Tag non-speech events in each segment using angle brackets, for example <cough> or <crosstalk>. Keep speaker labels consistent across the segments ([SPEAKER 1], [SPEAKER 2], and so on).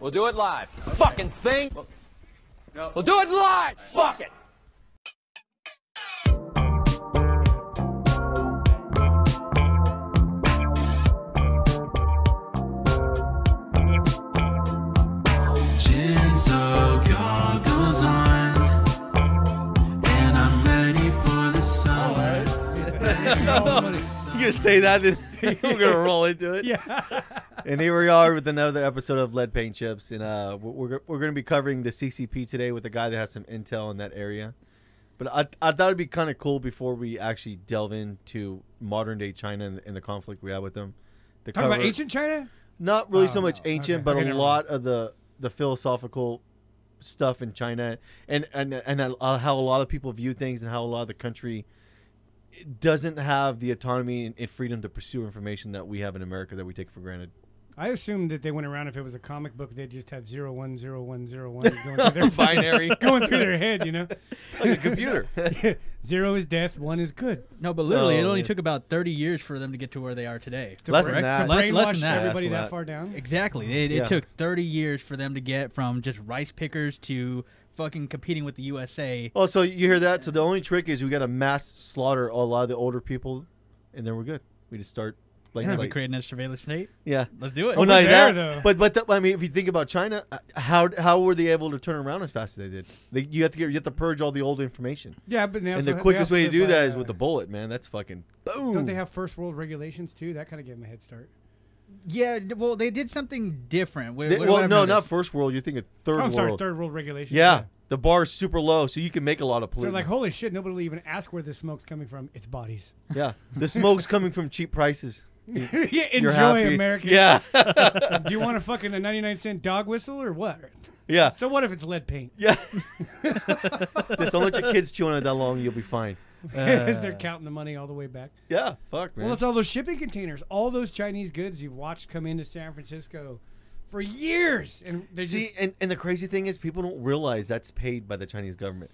[SPEAKER 1] We'll do it live. Fucking thing. We'll do it live. Fuck it.
[SPEAKER 2] Jinzo goggles on, and I'm ready for the summer.
[SPEAKER 3] <laughs> You gonna say that, then we're gonna roll into it. Yeah. and here we are with another episode of Lead Paint Chips, and uh, we're we're- we're gonna be covering the CCP today with a guy that has some intel in that area. But I I thought it'd be kind of cool before we actually delve into modern day China and, and the conflict we have with them. to
[SPEAKER 4] Talking about
[SPEAKER 3] cover-
[SPEAKER 4] ancient China?
[SPEAKER 3] not really
[SPEAKER 4] Oh,
[SPEAKER 3] so much
[SPEAKER 4] no.
[SPEAKER 3] ancient,
[SPEAKER 4] Okay.
[SPEAKER 3] but
[SPEAKER 4] Okay,
[SPEAKER 3] a
[SPEAKER 4] never
[SPEAKER 3] lot of the the philosophical stuff in China and and and uh, how a lot of people view things and how a lot of the country doesn't have the autonomy and, and freedom to pursue information that we have in America that we take for granted. <laughs>
[SPEAKER 4] I assumed that they went around if it was a comic book, they'd just have zero one zero one zero <laughs> one going through their
[SPEAKER 3] Binary,
[SPEAKER 4] <laughs> going through their head, you know. <laughs>
[SPEAKER 3] like a computer.
[SPEAKER 4] zero is death, one is good.
[SPEAKER 5] No, but literally, it
[SPEAKER 3] Oh,
[SPEAKER 5] only
[SPEAKER 3] yeah.
[SPEAKER 5] took about 30 years for them to get to where they are today.
[SPEAKER 4] To
[SPEAKER 3] Less
[SPEAKER 4] bra-
[SPEAKER 3] than that.
[SPEAKER 4] to
[SPEAKER 5] Less-
[SPEAKER 4] brainwash
[SPEAKER 5] less than that.
[SPEAKER 3] Less than
[SPEAKER 4] everybody that,
[SPEAKER 3] that.
[SPEAKER 4] far down.
[SPEAKER 5] Exactly. It,
[SPEAKER 3] Yeah.
[SPEAKER 5] it took 30 years for them to get from just rice pickers to fucking competing with the USA.
[SPEAKER 3] Oh, so you hear that? So the only trick is we got to mass slaughter a lot of the older people, and then we're good. We just start like
[SPEAKER 5] Yeah, we
[SPEAKER 3] slates.
[SPEAKER 5] creating a surveillance state.
[SPEAKER 3] yeah.
[SPEAKER 5] Let's do it.
[SPEAKER 3] Oh, not
[SPEAKER 4] We're
[SPEAKER 3] only
[SPEAKER 4] there,
[SPEAKER 3] that,
[SPEAKER 4] though.
[SPEAKER 3] but but the, I mean, if you think about China, uh, how how were they able to turn around as fast as they did? They, you have to get you have to purge all the old information,
[SPEAKER 4] Yeah, but they
[SPEAKER 3] and
[SPEAKER 4] also-
[SPEAKER 3] the
[SPEAKER 4] they
[SPEAKER 3] quickest
[SPEAKER 4] also
[SPEAKER 3] way to
[SPEAKER 4] live
[SPEAKER 3] do
[SPEAKER 4] by,
[SPEAKER 3] that is
[SPEAKER 4] uh,
[SPEAKER 3] with a bullet, man. That's fucking boom.
[SPEAKER 4] Don't they have first world regulations too? That kind of gave them a head start.
[SPEAKER 5] Yeah, d- well, they did something different. Wh-
[SPEAKER 3] They-
[SPEAKER 5] what do
[SPEAKER 3] well,
[SPEAKER 5] I
[SPEAKER 3] no,
[SPEAKER 5] notice?
[SPEAKER 3] not first world. You're thinking
[SPEAKER 4] Oh,
[SPEAKER 3] third
[SPEAKER 4] I'm
[SPEAKER 3] world.
[SPEAKER 4] sorry, third world regulations.
[SPEAKER 3] yeah, the bar's super low, so you can make a lot of
[SPEAKER 4] They're
[SPEAKER 3] pollution.
[SPEAKER 4] like, holy shit, nobody will even ask where this smoke's coming from. It's bodies. <laughs>
[SPEAKER 3] yeah, the smoke's coming from cheap prices.
[SPEAKER 4] yeah,
[SPEAKER 3] You're
[SPEAKER 4] enjoy
[SPEAKER 3] happy.
[SPEAKER 4] America.
[SPEAKER 3] Yeah, <laughs>
[SPEAKER 4] Do you want a fucking a 99 cent dog whistle or what? <laughs>
[SPEAKER 3] yeah, <laughs>
[SPEAKER 4] So what if it's lead paint?
[SPEAKER 3] yeah. Just don't let your kids chew on it that long. You'll be fine.
[SPEAKER 4] Because
[SPEAKER 3] Uh.
[SPEAKER 4] they're counting the money all the way back.
[SPEAKER 3] Yeah, fuck man.
[SPEAKER 4] Well, it's all those shipping containers, all those Chinese goods you've watched come into San Francisco for years, and they
[SPEAKER 3] See,
[SPEAKER 4] just
[SPEAKER 3] and, and the crazy thing is, people don't realize that's paid by the Chinese government.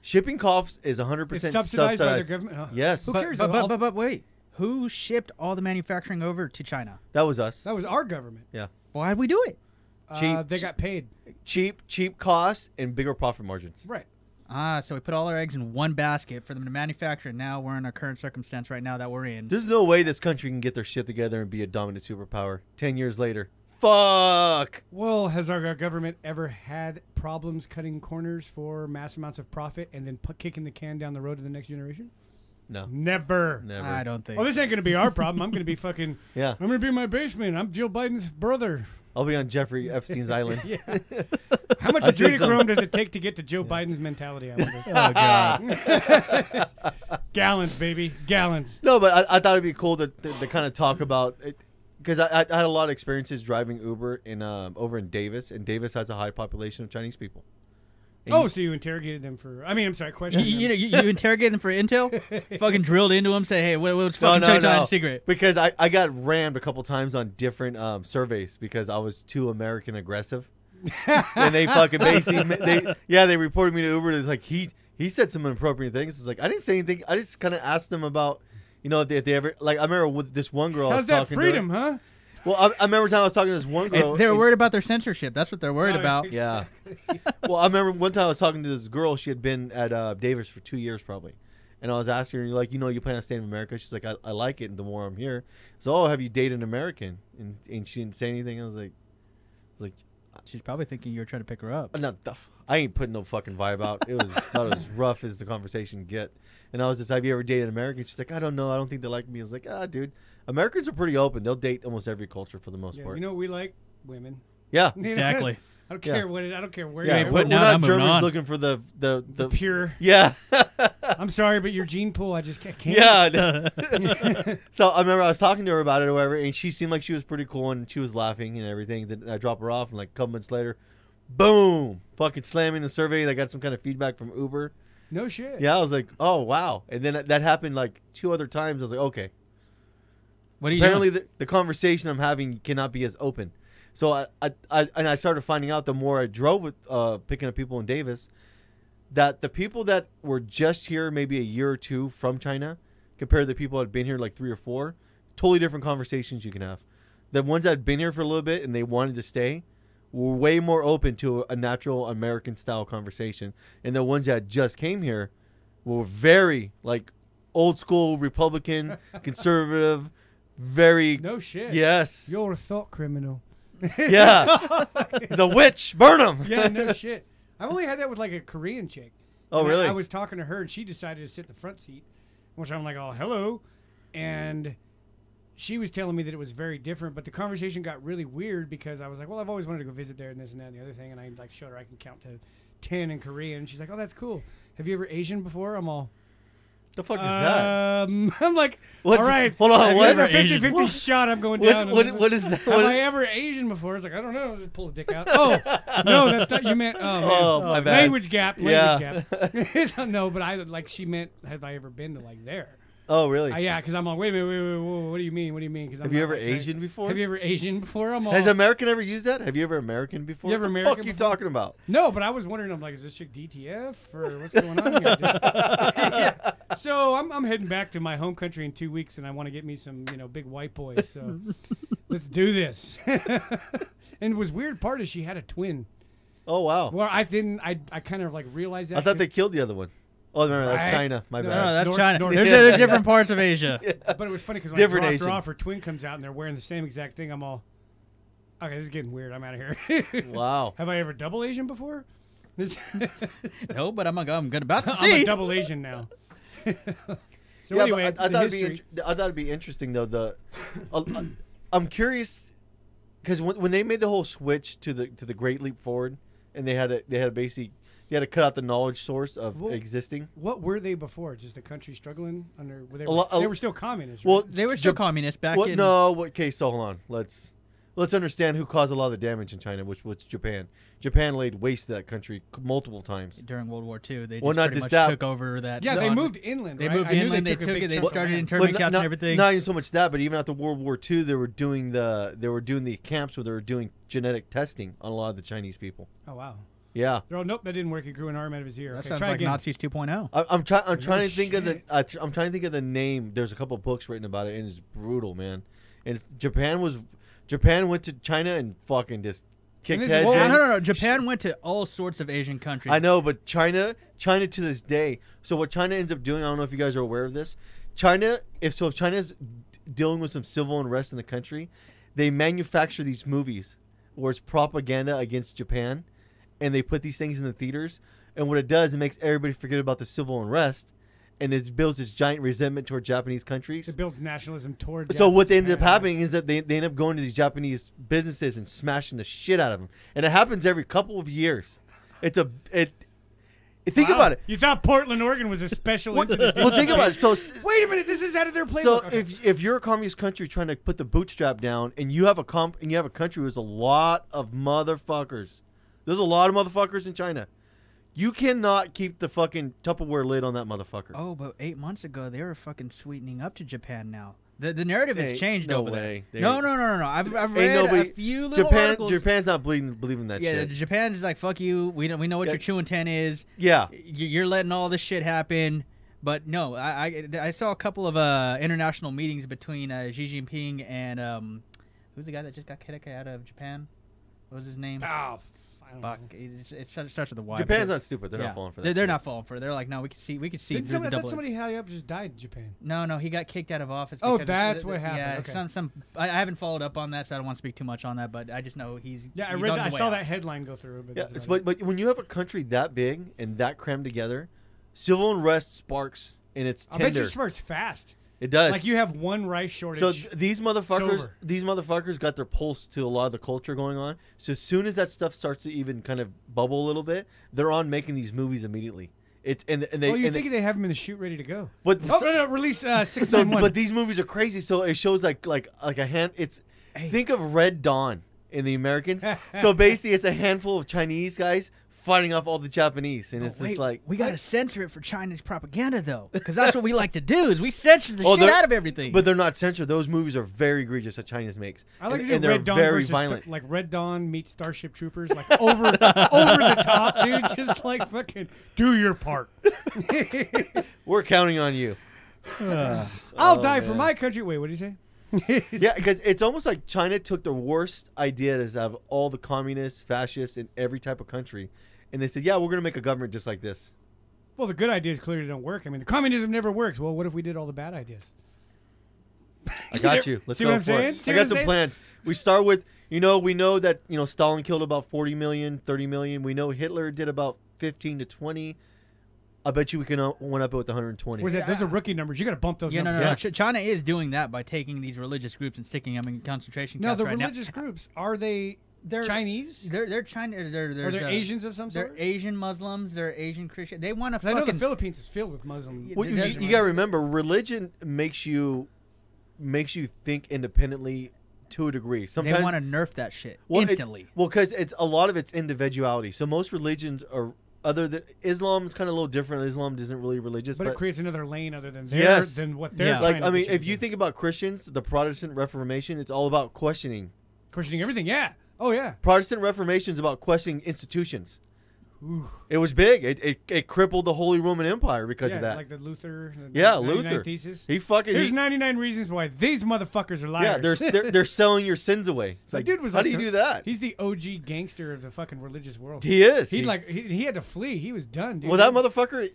[SPEAKER 3] Shipping costs is 100%
[SPEAKER 4] it's
[SPEAKER 3] subsidized.
[SPEAKER 4] subsidized, by their government. Uh, Huh.
[SPEAKER 3] Yes,
[SPEAKER 4] who
[SPEAKER 5] But,
[SPEAKER 4] cares?
[SPEAKER 5] but,
[SPEAKER 4] though?
[SPEAKER 5] but,
[SPEAKER 4] All-
[SPEAKER 5] but, but wait. Who shipped all the manufacturing over to China?
[SPEAKER 3] that was us.
[SPEAKER 4] that was our government.
[SPEAKER 5] Why'd we do it?
[SPEAKER 4] Uh,
[SPEAKER 3] Cheap.
[SPEAKER 4] they got paid,
[SPEAKER 3] Cheap, cheap costs and bigger profit margins.
[SPEAKER 4] right?
[SPEAKER 5] Ah, so we put all our eggs in one basket for them to manufacture. And now we're in our current circumstance right now that we're in.
[SPEAKER 3] There's no way this country can get their shit together and be a dominant superpower 10 years later. Fuck.
[SPEAKER 4] Well, has our government ever had problems cutting corners for mass amounts of profit and then pu- kicking the can down the road to the next generation?
[SPEAKER 3] No,
[SPEAKER 4] Never.
[SPEAKER 3] never.
[SPEAKER 5] I don't think.
[SPEAKER 4] Oh, this ain't gonna be our problem. I'm gonna be fucking.
[SPEAKER 3] Yeah,
[SPEAKER 4] I'm gonna be in my basement. I'm Jill Biden's brother.
[SPEAKER 3] I'll be on Jeffrey
[SPEAKER 4] <laughs>
[SPEAKER 3] Epstein's island.
[SPEAKER 4] Yeah. How much
[SPEAKER 3] I said
[SPEAKER 4] adrenochrome
[SPEAKER 3] something.
[SPEAKER 4] does it take to get to Joe Biden's mentality? I wonder.
[SPEAKER 5] oh,
[SPEAKER 3] <laughs>
[SPEAKER 5] God.
[SPEAKER 3] Oh,
[SPEAKER 4] <laughs> gallons, baby, gallons.
[SPEAKER 3] No, but I, I thought it'd be cool to, to, to kind of talk about because I, I I had a lot of experiences driving Uber in um, over in Davis, and Davis has a high population of Chinese people. And
[SPEAKER 4] Oh,
[SPEAKER 3] you-
[SPEAKER 4] so you interrogated them for? I mean, I'm sorry,
[SPEAKER 5] you,
[SPEAKER 4] question.
[SPEAKER 5] you, know, you, you interrogate them for
[SPEAKER 4] <laughs>
[SPEAKER 5] intel? fucking drilled into them, say, hey, what, what's fucking Chuck John's secret?
[SPEAKER 3] Because I, I got rammed a couple times on different um, surveys because I was too American
[SPEAKER 4] <laughs>
[SPEAKER 3] aggressive, and they fucking basically they yeah they reported me to Uber. It's like he he said some inappropriate things. It's like I didn't say anything. I just kind of asked them about. You know, if they, if they ever like, I remember with this one girl. I
[SPEAKER 4] How's
[SPEAKER 3] was
[SPEAKER 4] that
[SPEAKER 3] talking to her-
[SPEAKER 4] freedom, huh?
[SPEAKER 3] Well, I, I remember time I was talking to this one
[SPEAKER 5] If
[SPEAKER 3] girl.
[SPEAKER 5] they're
[SPEAKER 3] and-
[SPEAKER 5] worried about their censorship. That's what they're worried
[SPEAKER 4] Oh,
[SPEAKER 5] about.
[SPEAKER 4] yeah.
[SPEAKER 3] Yeah. <laughs> well, I remember one time I was talking to this girl. She had been at uh, Davis for two years probably, and I was asking her, like, you know, you plan on staying in America? She's like, I, I like it, and the more I'm here, so oh, have you dated an American? And and she didn't say anything. I was like, I was
[SPEAKER 5] She's probably thinking you were trying to pick her up.
[SPEAKER 3] like, not the f- I ain't putting no fucking vibe out. It was about as rough as the conversation get. And I was just, have you ever dated an American? She's like, I don't know. I don't think they like me. I was like, ah, dude, Americans are pretty open. They'll date almost every culture for the most
[SPEAKER 4] Yeah,
[SPEAKER 3] part.
[SPEAKER 4] you know, we like women. <laughs>
[SPEAKER 3] yeah.
[SPEAKER 4] You know,
[SPEAKER 5] Exactly.
[SPEAKER 4] I don't
[SPEAKER 3] Yeah.
[SPEAKER 4] care what. It, I don't care where.
[SPEAKER 3] Yeah,
[SPEAKER 4] you
[SPEAKER 5] ain't
[SPEAKER 3] we're,
[SPEAKER 4] are.
[SPEAKER 5] putting
[SPEAKER 3] we're
[SPEAKER 5] out,
[SPEAKER 3] not
[SPEAKER 5] I'm moving
[SPEAKER 3] Germans
[SPEAKER 5] on.
[SPEAKER 3] looking for the the the,
[SPEAKER 4] the pure.
[SPEAKER 3] yeah
[SPEAKER 4] I'm sorry, but your gene pool, I just ca- can't.
[SPEAKER 3] Yeah. <laughs> so I remember I was talking to her about it or whatever, and she seemed like she was pretty cool and she was laughing and everything. Then I drop her off, and like a couple minutes later, boom, fucking slamming the survey. And I got some kind of feedback from Uber.
[SPEAKER 4] No shit.
[SPEAKER 3] Yeah, I was like, oh wow. And then that happened like two other times. I was like, okay.
[SPEAKER 5] What are you
[SPEAKER 3] Apparently,
[SPEAKER 5] doing?
[SPEAKER 3] the, the conversation I'm having cannot be as open. So I, I, I and I started finding out the more I drove with uh, picking up people in Davis, that the people that were just here maybe a year or two from China, compared to the people that had been here like three or four, totally different conversations you can have. The ones that had been here for a little bit and they wanted to stay, were way more open to a natural American style conversation, and the ones that just came here were very like old school
[SPEAKER 4] <laughs>
[SPEAKER 3] Republican, conservative, very
[SPEAKER 4] No shit.
[SPEAKER 3] yes,
[SPEAKER 4] You're a thought criminal.
[SPEAKER 3] <laughs>
[SPEAKER 4] <laughs>
[SPEAKER 3] yeah. <laughs> He's a witch. Burn him.
[SPEAKER 4] Yeah,
[SPEAKER 3] <laughs>
[SPEAKER 4] no shit. I've only had that with like a Korean chick.
[SPEAKER 3] Oh,
[SPEAKER 4] And I-
[SPEAKER 3] really?
[SPEAKER 4] I, was talking to her and she decided to sit in the front seat, which I'm like, oh, hello. And she was telling me that it was very different, but the conversation got really weird because I was like, well, I've always wanted to go visit there and this and that and the other thing. And I like showed her I can count to 10 in Korean. She's like, oh, that's cool. Have you ever Asian before? I'm all.
[SPEAKER 3] the fuck is
[SPEAKER 4] uh,
[SPEAKER 3] that?
[SPEAKER 4] Um, <laughs> I'm like,
[SPEAKER 3] What's-
[SPEAKER 4] all right.
[SPEAKER 3] hold on,
[SPEAKER 4] if
[SPEAKER 3] what-
[SPEAKER 4] There's a
[SPEAKER 3] Ever
[SPEAKER 4] 50
[SPEAKER 3] Asian.
[SPEAKER 4] 50 shot. I'm going
[SPEAKER 3] What,
[SPEAKER 4] down. <laughs>
[SPEAKER 3] what, what is that?
[SPEAKER 4] Have
[SPEAKER 3] What-
[SPEAKER 4] I ever Asian before? It's like I don't know. Just pull a dick out. Oh no, that's not. You meant oh, man.
[SPEAKER 3] Oh, my bad.
[SPEAKER 4] language gap.
[SPEAKER 3] Yeah.
[SPEAKER 4] Language gap. <laughs> no, but I like she meant. Have I ever been to like there?
[SPEAKER 3] oh, really?
[SPEAKER 4] Uh, yeah, because I'm like, wait a minute, wait, wait, wait, wait, what do you mean? What do you mean? Because
[SPEAKER 3] Have you ever Asian before?
[SPEAKER 4] Have you ever Asian before? I'm all,
[SPEAKER 3] Has American ever used that? Have you ever American before?
[SPEAKER 4] You ever
[SPEAKER 3] What the
[SPEAKER 4] American
[SPEAKER 3] fuck you
[SPEAKER 4] before?
[SPEAKER 3] talking about?
[SPEAKER 4] No, but I was wondering. I'm like, is this chick DTF or what's going on? Here,
[SPEAKER 3] <laughs>
[SPEAKER 4] dude? Yeah. <laughs> So I'm, I'm heading back to my home country in two weeks, and I want to get me some, you know, big white boys. So let's do this. <laughs> and was weird part is she had a twin.
[SPEAKER 3] Oh wow!
[SPEAKER 4] Well, I didn't. I, I kind of like realized that.
[SPEAKER 3] I thought they killed the other one. Oh, remember that's
[SPEAKER 4] Right.
[SPEAKER 3] China. My
[SPEAKER 4] No,
[SPEAKER 3] bad.
[SPEAKER 5] No, no, Oh, that's
[SPEAKER 4] North-
[SPEAKER 5] China.
[SPEAKER 4] North-
[SPEAKER 5] there's, there's different parts
[SPEAKER 4] <laughs>
[SPEAKER 5] of Asia.
[SPEAKER 4] but it was funny because when
[SPEAKER 3] Different
[SPEAKER 4] I dropped
[SPEAKER 3] Asian.
[SPEAKER 4] her off, her twin comes out, and they're wearing the same exact thing. I'm all, okay, this is getting weird. I'm out of here. <laughs>
[SPEAKER 3] wow.
[SPEAKER 4] Have I ever double Asian before? <laughs> This-
[SPEAKER 5] No, but I'm gonna, I'm
[SPEAKER 4] <laughs>
[SPEAKER 5] gonna about to
[SPEAKER 4] I'm
[SPEAKER 5] see.
[SPEAKER 4] a double Asian now. <laughs> so
[SPEAKER 3] yeah,
[SPEAKER 4] anyway,
[SPEAKER 3] but I, I
[SPEAKER 4] the
[SPEAKER 3] thought it'd be
[SPEAKER 4] history-
[SPEAKER 3] int- I thought it'd be interesting though. The uh, uh, I'm curious because when, when they made the whole switch to the to the Great Leap Forward, and they had a they had a basically you had to cut out the knowledge source of
[SPEAKER 4] Well,
[SPEAKER 3] existing.
[SPEAKER 4] What were they before? Just a country struggling under? Were they,
[SPEAKER 3] A lo-
[SPEAKER 4] they
[SPEAKER 3] a-
[SPEAKER 4] were still communist.
[SPEAKER 3] Well,
[SPEAKER 4] right?
[SPEAKER 5] They were still
[SPEAKER 3] Jap-
[SPEAKER 5] communist back
[SPEAKER 3] What,
[SPEAKER 5] in.
[SPEAKER 3] no, what? Okay, so hold on. Let's let's understand who caused a lot of the damage in China, which was Japan. Japan laid waste to that country c- multiple times.
[SPEAKER 5] during World War II. They just
[SPEAKER 3] Well, not
[SPEAKER 5] pretty
[SPEAKER 3] just
[SPEAKER 5] much
[SPEAKER 3] that-
[SPEAKER 5] took over that.
[SPEAKER 4] yeah, they
[SPEAKER 5] con-
[SPEAKER 4] moved inland.
[SPEAKER 5] They
[SPEAKER 4] right?
[SPEAKER 5] moved
[SPEAKER 4] I knew
[SPEAKER 5] inland. They
[SPEAKER 4] a
[SPEAKER 5] took
[SPEAKER 4] big
[SPEAKER 5] it. They
[SPEAKER 4] chunk of
[SPEAKER 5] started
[SPEAKER 4] land.
[SPEAKER 5] internment
[SPEAKER 3] Well,
[SPEAKER 5] camps
[SPEAKER 3] not,
[SPEAKER 5] and everything.
[SPEAKER 3] Not even so much that, but even after World War II, they were doing the they were doing the camps where they were doing genetic testing on a lot of the Chinese people.
[SPEAKER 4] Oh wow.
[SPEAKER 3] Yeah,
[SPEAKER 4] They're all, nope, that didn't work. He grew an arm out of his ear.
[SPEAKER 5] that
[SPEAKER 4] okay,
[SPEAKER 5] sounds
[SPEAKER 4] try
[SPEAKER 5] like
[SPEAKER 4] again.
[SPEAKER 5] Nazis oh. 2.0.
[SPEAKER 3] I, I'm trying. I'm trying to think of the.
[SPEAKER 4] shit.
[SPEAKER 3] I, I'm trying to think of the name. There's a couple books written about it, and it's brutal, man. And Japan was, Japan went to China and fucking just kicked
[SPEAKER 4] this is-
[SPEAKER 3] heads.
[SPEAKER 4] well,
[SPEAKER 5] No,
[SPEAKER 3] in.
[SPEAKER 5] no, no, no. Japan went to all sorts of Asian countries.
[SPEAKER 3] I know, but China, China to this day. So what China ends up doing, I don't know if you guys are aware of this. China, if so, if China's dealing with some civil unrest in the country, they manufacture these movies where it's propaganda against Japan, and they put these things in the theaters. And what it does, it makes everybody forget about the civil unrest, and it builds this giant resentment toward Japanese countries.
[SPEAKER 4] It builds nationalism towards.
[SPEAKER 3] So what they ended up
[SPEAKER 4] Japan.
[SPEAKER 3] happening is that they, they end up going to these Japanese businesses and smashing the shit out of them, and it happens every couple of years. It's a it. Think
[SPEAKER 4] Wow.
[SPEAKER 3] about it.
[SPEAKER 4] You thought Portland, Oregon was a special incident.
[SPEAKER 3] Well,
[SPEAKER 4] <laughs>
[SPEAKER 3] think about it. So
[SPEAKER 4] Wait a minute, this is out of their playbook.
[SPEAKER 3] so
[SPEAKER 4] Okay.
[SPEAKER 3] if if you're a communist country trying to put the bootstrap down, and you have a comp and you have a country with a lot of motherfuckers, there's a lot of motherfuckers in China. You cannot keep the fucking Tupperware lid on that motherfucker.
[SPEAKER 5] Oh, but eight months ago they were fucking sweetening up to Japan now. The, the narrative
[SPEAKER 3] Hey,
[SPEAKER 5] has changed
[SPEAKER 3] no
[SPEAKER 5] over
[SPEAKER 3] way. They-
[SPEAKER 5] there. No, no, no, no, no. I've, I've
[SPEAKER 3] Ain't
[SPEAKER 5] read
[SPEAKER 3] nobody-
[SPEAKER 5] a few little
[SPEAKER 3] Japan
[SPEAKER 5] articles.
[SPEAKER 3] Japan's not bleeding, believing that
[SPEAKER 5] yeah,
[SPEAKER 3] shit.
[SPEAKER 5] Japan's just like fuck you. We don't, we know what
[SPEAKER 3] Yeah.
[SPEAKER 5] your chewing ten is.
[SPEAKER 3] yeah.
[SPEAKER 5] Y- You're letting all this shit happen. But no, I I, I saw a couple of uh, international meetings between uh, Xi Jinping and um, who's the guy that just got kicked out of Japan? What was his name?
[SPEAKER 4] oh, I don't
[SPEAKER 5] Fuck.
[SPEAKER 4] know.
[SPEAKER 5] It's- It starts starts with a Y. but
[SPEAKER 3] Ah. Japan's
[SPEAKER 5] it-
[SPEAKER 3] not stupid. They're
[SPEAKER 5] yeah.
[SPEAKER 3] not falling for that.
[SPEAKER 5] They're, they're
[SPEAKER 3] shit.
[SPEAKER 5] not falling for it. They're like, no, we can see, we can see.
[SPEAKER 4] Didn't
[SPEAKER 5] through
[SPEAKER 4] somebody, I
[SPEAKER 5] the
[SPEAKER 4] thought
[SPEAKER 5] double-
[SPEAKER 4] somebody high up just died in Japan.
[SPEAKER 5] No, no, he got kicked out of office.
[SPEAKER 4] Oh,
[SPEAKER 5] because of-
[SPEAKER 4] that's what happened.
[SPEAKER 5] Yeah,
[SPEAKER 4] Okay.
[SPEAKER 5] some some. I, I haven't followed up on that, so I don't want to speak too much on that. But I just know he's.
[SPEAKER 4] Yeah, I
[SPEAKER 5] he's
[SPEAKER 4] read.
[SPEAKER 5] on
[SPEAKER 4] That, I
[SPEAKER 5] his way
[SPEAKER 4] saw
[SPEAKER 5] out.
[SPEAKER 4] that headline go through. But
[SPEAKER 3] Yeah,
[SPEAKER 4] that's
[SPEAKER 3] it's,
[SPEAKER 4] about
[SPEAKER 3] but but when you have a country that big and that crammed together, civil unrest sparks and it's
[SPEAKER 4] it. I bet
[SPEAKER 3] tender.
[SPEAKER 4] you smart's fast.
[SPEAKER 3] it does.
[SPEAKER 4] Like you have one rice shortage.
[SPEAKER 3] so th- these motherfuckers,
[SPEAKER 4] over.
[SPEAKER 3] these motherfuckers got their pulse to a lot of the culture going on. So as soon as that stuff starts to even kind of bubble a little bit, they're on making these movies immediately. It's and and they
[SPEAKER 4] well, Oh, you
[SPEAKER 3] and
[SPEAKER 4] think
[SPEAKER 3] they,
[SPEAKER 4] they, have him in the shoot ready to go.
[SPEAKER 3] but
[SPEAKER 4] Oh, no, no, release uh, six
[SPEAKER 3] <laughs> so
[SPEAKER 4] nine one.
[SPEAKER 3] but these movies are crazy. So it shows like like like a hand. It's think of Red Dawn in the
[SPEAKER 4] <laughs>
[SPEAKER 3] Americans. so basically, it's a handful of Chinese guys fighting off all the Japanese, and it's just
[SPEAKER 5] Wait,
[SPEAKER 3] like
[SPEAKER 5] we gotta censor it for China's propaganda though, because that's what we like to do is we censor the
[SPEAKER 3] Oh,
[SPEAKER 5] shit
[SPEAKER 3] they're-
[SPEAKER 5] out of everything.
[SPEAKER 3] But they're not censored. Those movies are very egregious that China's makes.
[SPEAKER 4] I
[SPEAKER 3] and,
[SPEAKER 4] like to do
[SPEAKER 3] and they're
[SPEAKER 4] Red Dawn
[SPEAKER 3] very
[SPEAKER 4] versus Star-
[SPEAKER 3] violent.
[SPEAKER 4] like Red Dawn meets Starship Troopers, like
[SPEAKER 3] <laughs>
[SPEAKER 4] over over the top, dude. Just like fucking do your part.
[SPEAKER 3] We're counting on you.
[SPEAKER 4] I'll die for
[SPEAKER 3] man. Oh,
[SPEAKER 4] my country. Wait, what did you say?
[SPEAKER 3] Yeah, because it's almost like China took the worst ideas out of all the communists, fascists, and every type of country, and they said, "Yeah, we're gonna make a government just like this."
[SPEAKER 4] Well, the good ideas clearly don't work. I mean, the communism never works. Well, what if we did all the bad ideas?
[SPEAKER 3] I
[SPEAKER 4] <laughs>
[SPEAKER 3] got you. Let's
[SPEAKER 4] See
[SPEAKER 3] go
[SPEAKER 4] what I'm
[SPEAKER 3] for
[SPEAKER 4] saying?
[SPEAKER 3] it.
[SPEAKER 4] See
[SPEAKER 3] I
[SPEAKER 4] what
[SPEAKER 3] got
[SPEAKER 4] I'm
[SPEAKER 3] some
[SPEAKER 4] saying?
[SPEAKER 3] plans. We start with, you know, we know that, you know, Stalin killed about 40 million, 30 million. We know Hitler did about 15 to 20. I bet you we can uh, one up it with 120.
[SPEAKER 4] Was that those are rookie numbers? You got to bump those
[SPEAKER 5] Yeah, no,
[SPEAKER 4] numbers.
[SPEAKER 5] no,
[SPEAKER 3] Yeah.
[SPEAKER 5] no. Ch- China is doing that by taking these religious groups and sticking them in concentration
[SPEAKER 4] No,
[SPEAKER 5] camps
[SPEAKER 4] the
[SPEAKER 5] right
[SPEAKER 4] religious groups are they
[SPEAKER 5] They're-
[SPEAKER 4] Chinese?
[SPEAKER 5] now. They're they're China. They're
[SPEAKER 4] are
[SPEAKER 5] there's,
[SPEAKER 4] they
[SPEAKER 5] uh,
[SPEAKER 4] Asians of some
[SPEAKER 5] They're
[SPEAKER 4] sort?
[SPEAKER 5] Asian Muslims. They're Asian Christian. They want to
[SPEAKER 4] 'Cause I know the
[SPEAKER 5] fucking.
[SPEAKER 4] Philippines is filled with Muslim.
[SPEAKER 5] Yeah,
[SPEAKER 3] Well, you,
[SPEAKER 5] There's-
[SPEAKER 3] you gotta remember, religion makes you makes you think independently to a degree.
[SPEAKER 5] They
[SPEAKER 3] Sometimes
[SPEAKER 5] want to nerf that shit
[SPEAKER 3] well, it-
[SPEAKER 5] instantly.
[SPEAKER 3] well, because it's a lot of it's individuality. So most religions are other than Islam's kind of a little different. Islam isn't really religious,
[SPEAKER 4] but,
[SPEAKER 3] but,
[SPEAKER 4] it creates another lane other than their,
[SPEAKER 3] Yes.
[SPEAKER 4] than what they're
[SPEAKER 5] Yeah.
[SPEAKER 3] like
[SPEAKER 4] trying
[SPEAKER 3] I
[SPEAKER 4] to
[SPEAKER 3] mean,
[SPEAKER 4] get
[SPEAKER 3] if
[SPEAKER 4] to
[SPEAKER 3] you
[SPEAKER 4] do.
[SPEAKER 3] think about Christians, the Protestant Reformation, it's all about questioning.
[SPEAKER 4] questioning everything, yeah, oh yeah,
[SPEAKER 3] Protestant Reformation is about questioning institutions. It was big. It, it, it crippled the Holy Roman Empire because
[SPEAKER 4] yeah
[SPEAKER 3] of that.
[SPEAKER 4] like the Luther, the
[SPEAKER 3] yeah,
[SPEAKER 4] 99
[SPEAKER 3] Luther.
[SPEAKER 4] thesis.
[SPEAKER 3] He fucking
[SPEAKER 4] Here's
[SPEAKER 3] he-
[SPEAKER 4] 99 reasons why these motherfuckers are liars.
[SPEAKER 3] yeah. They're,
[SPEAKER 4] <laughs>
[SPEAKER 3] they're they're selling your sins away. It's
[SPEAKER 4] The
[SPEAKER 3] like,
[SPEAKER 4] dude was
[SPEAKER 3] how
[SPEAKER 4] like
[SPEAKER 3] do you
[SPEAKER 4] the-
[SPEAKER 3] do that?
[SPEAKER 4] He's the OG gangster of the fucking religious world.
[SPEAKER 3] He is.
[SPEAKER 4] He'd
[SPEAKER 3] He-
[SPEAKER 4] like he, he had to flee. He was done, dude.
[SPEAKER 3] well, that motherfucker.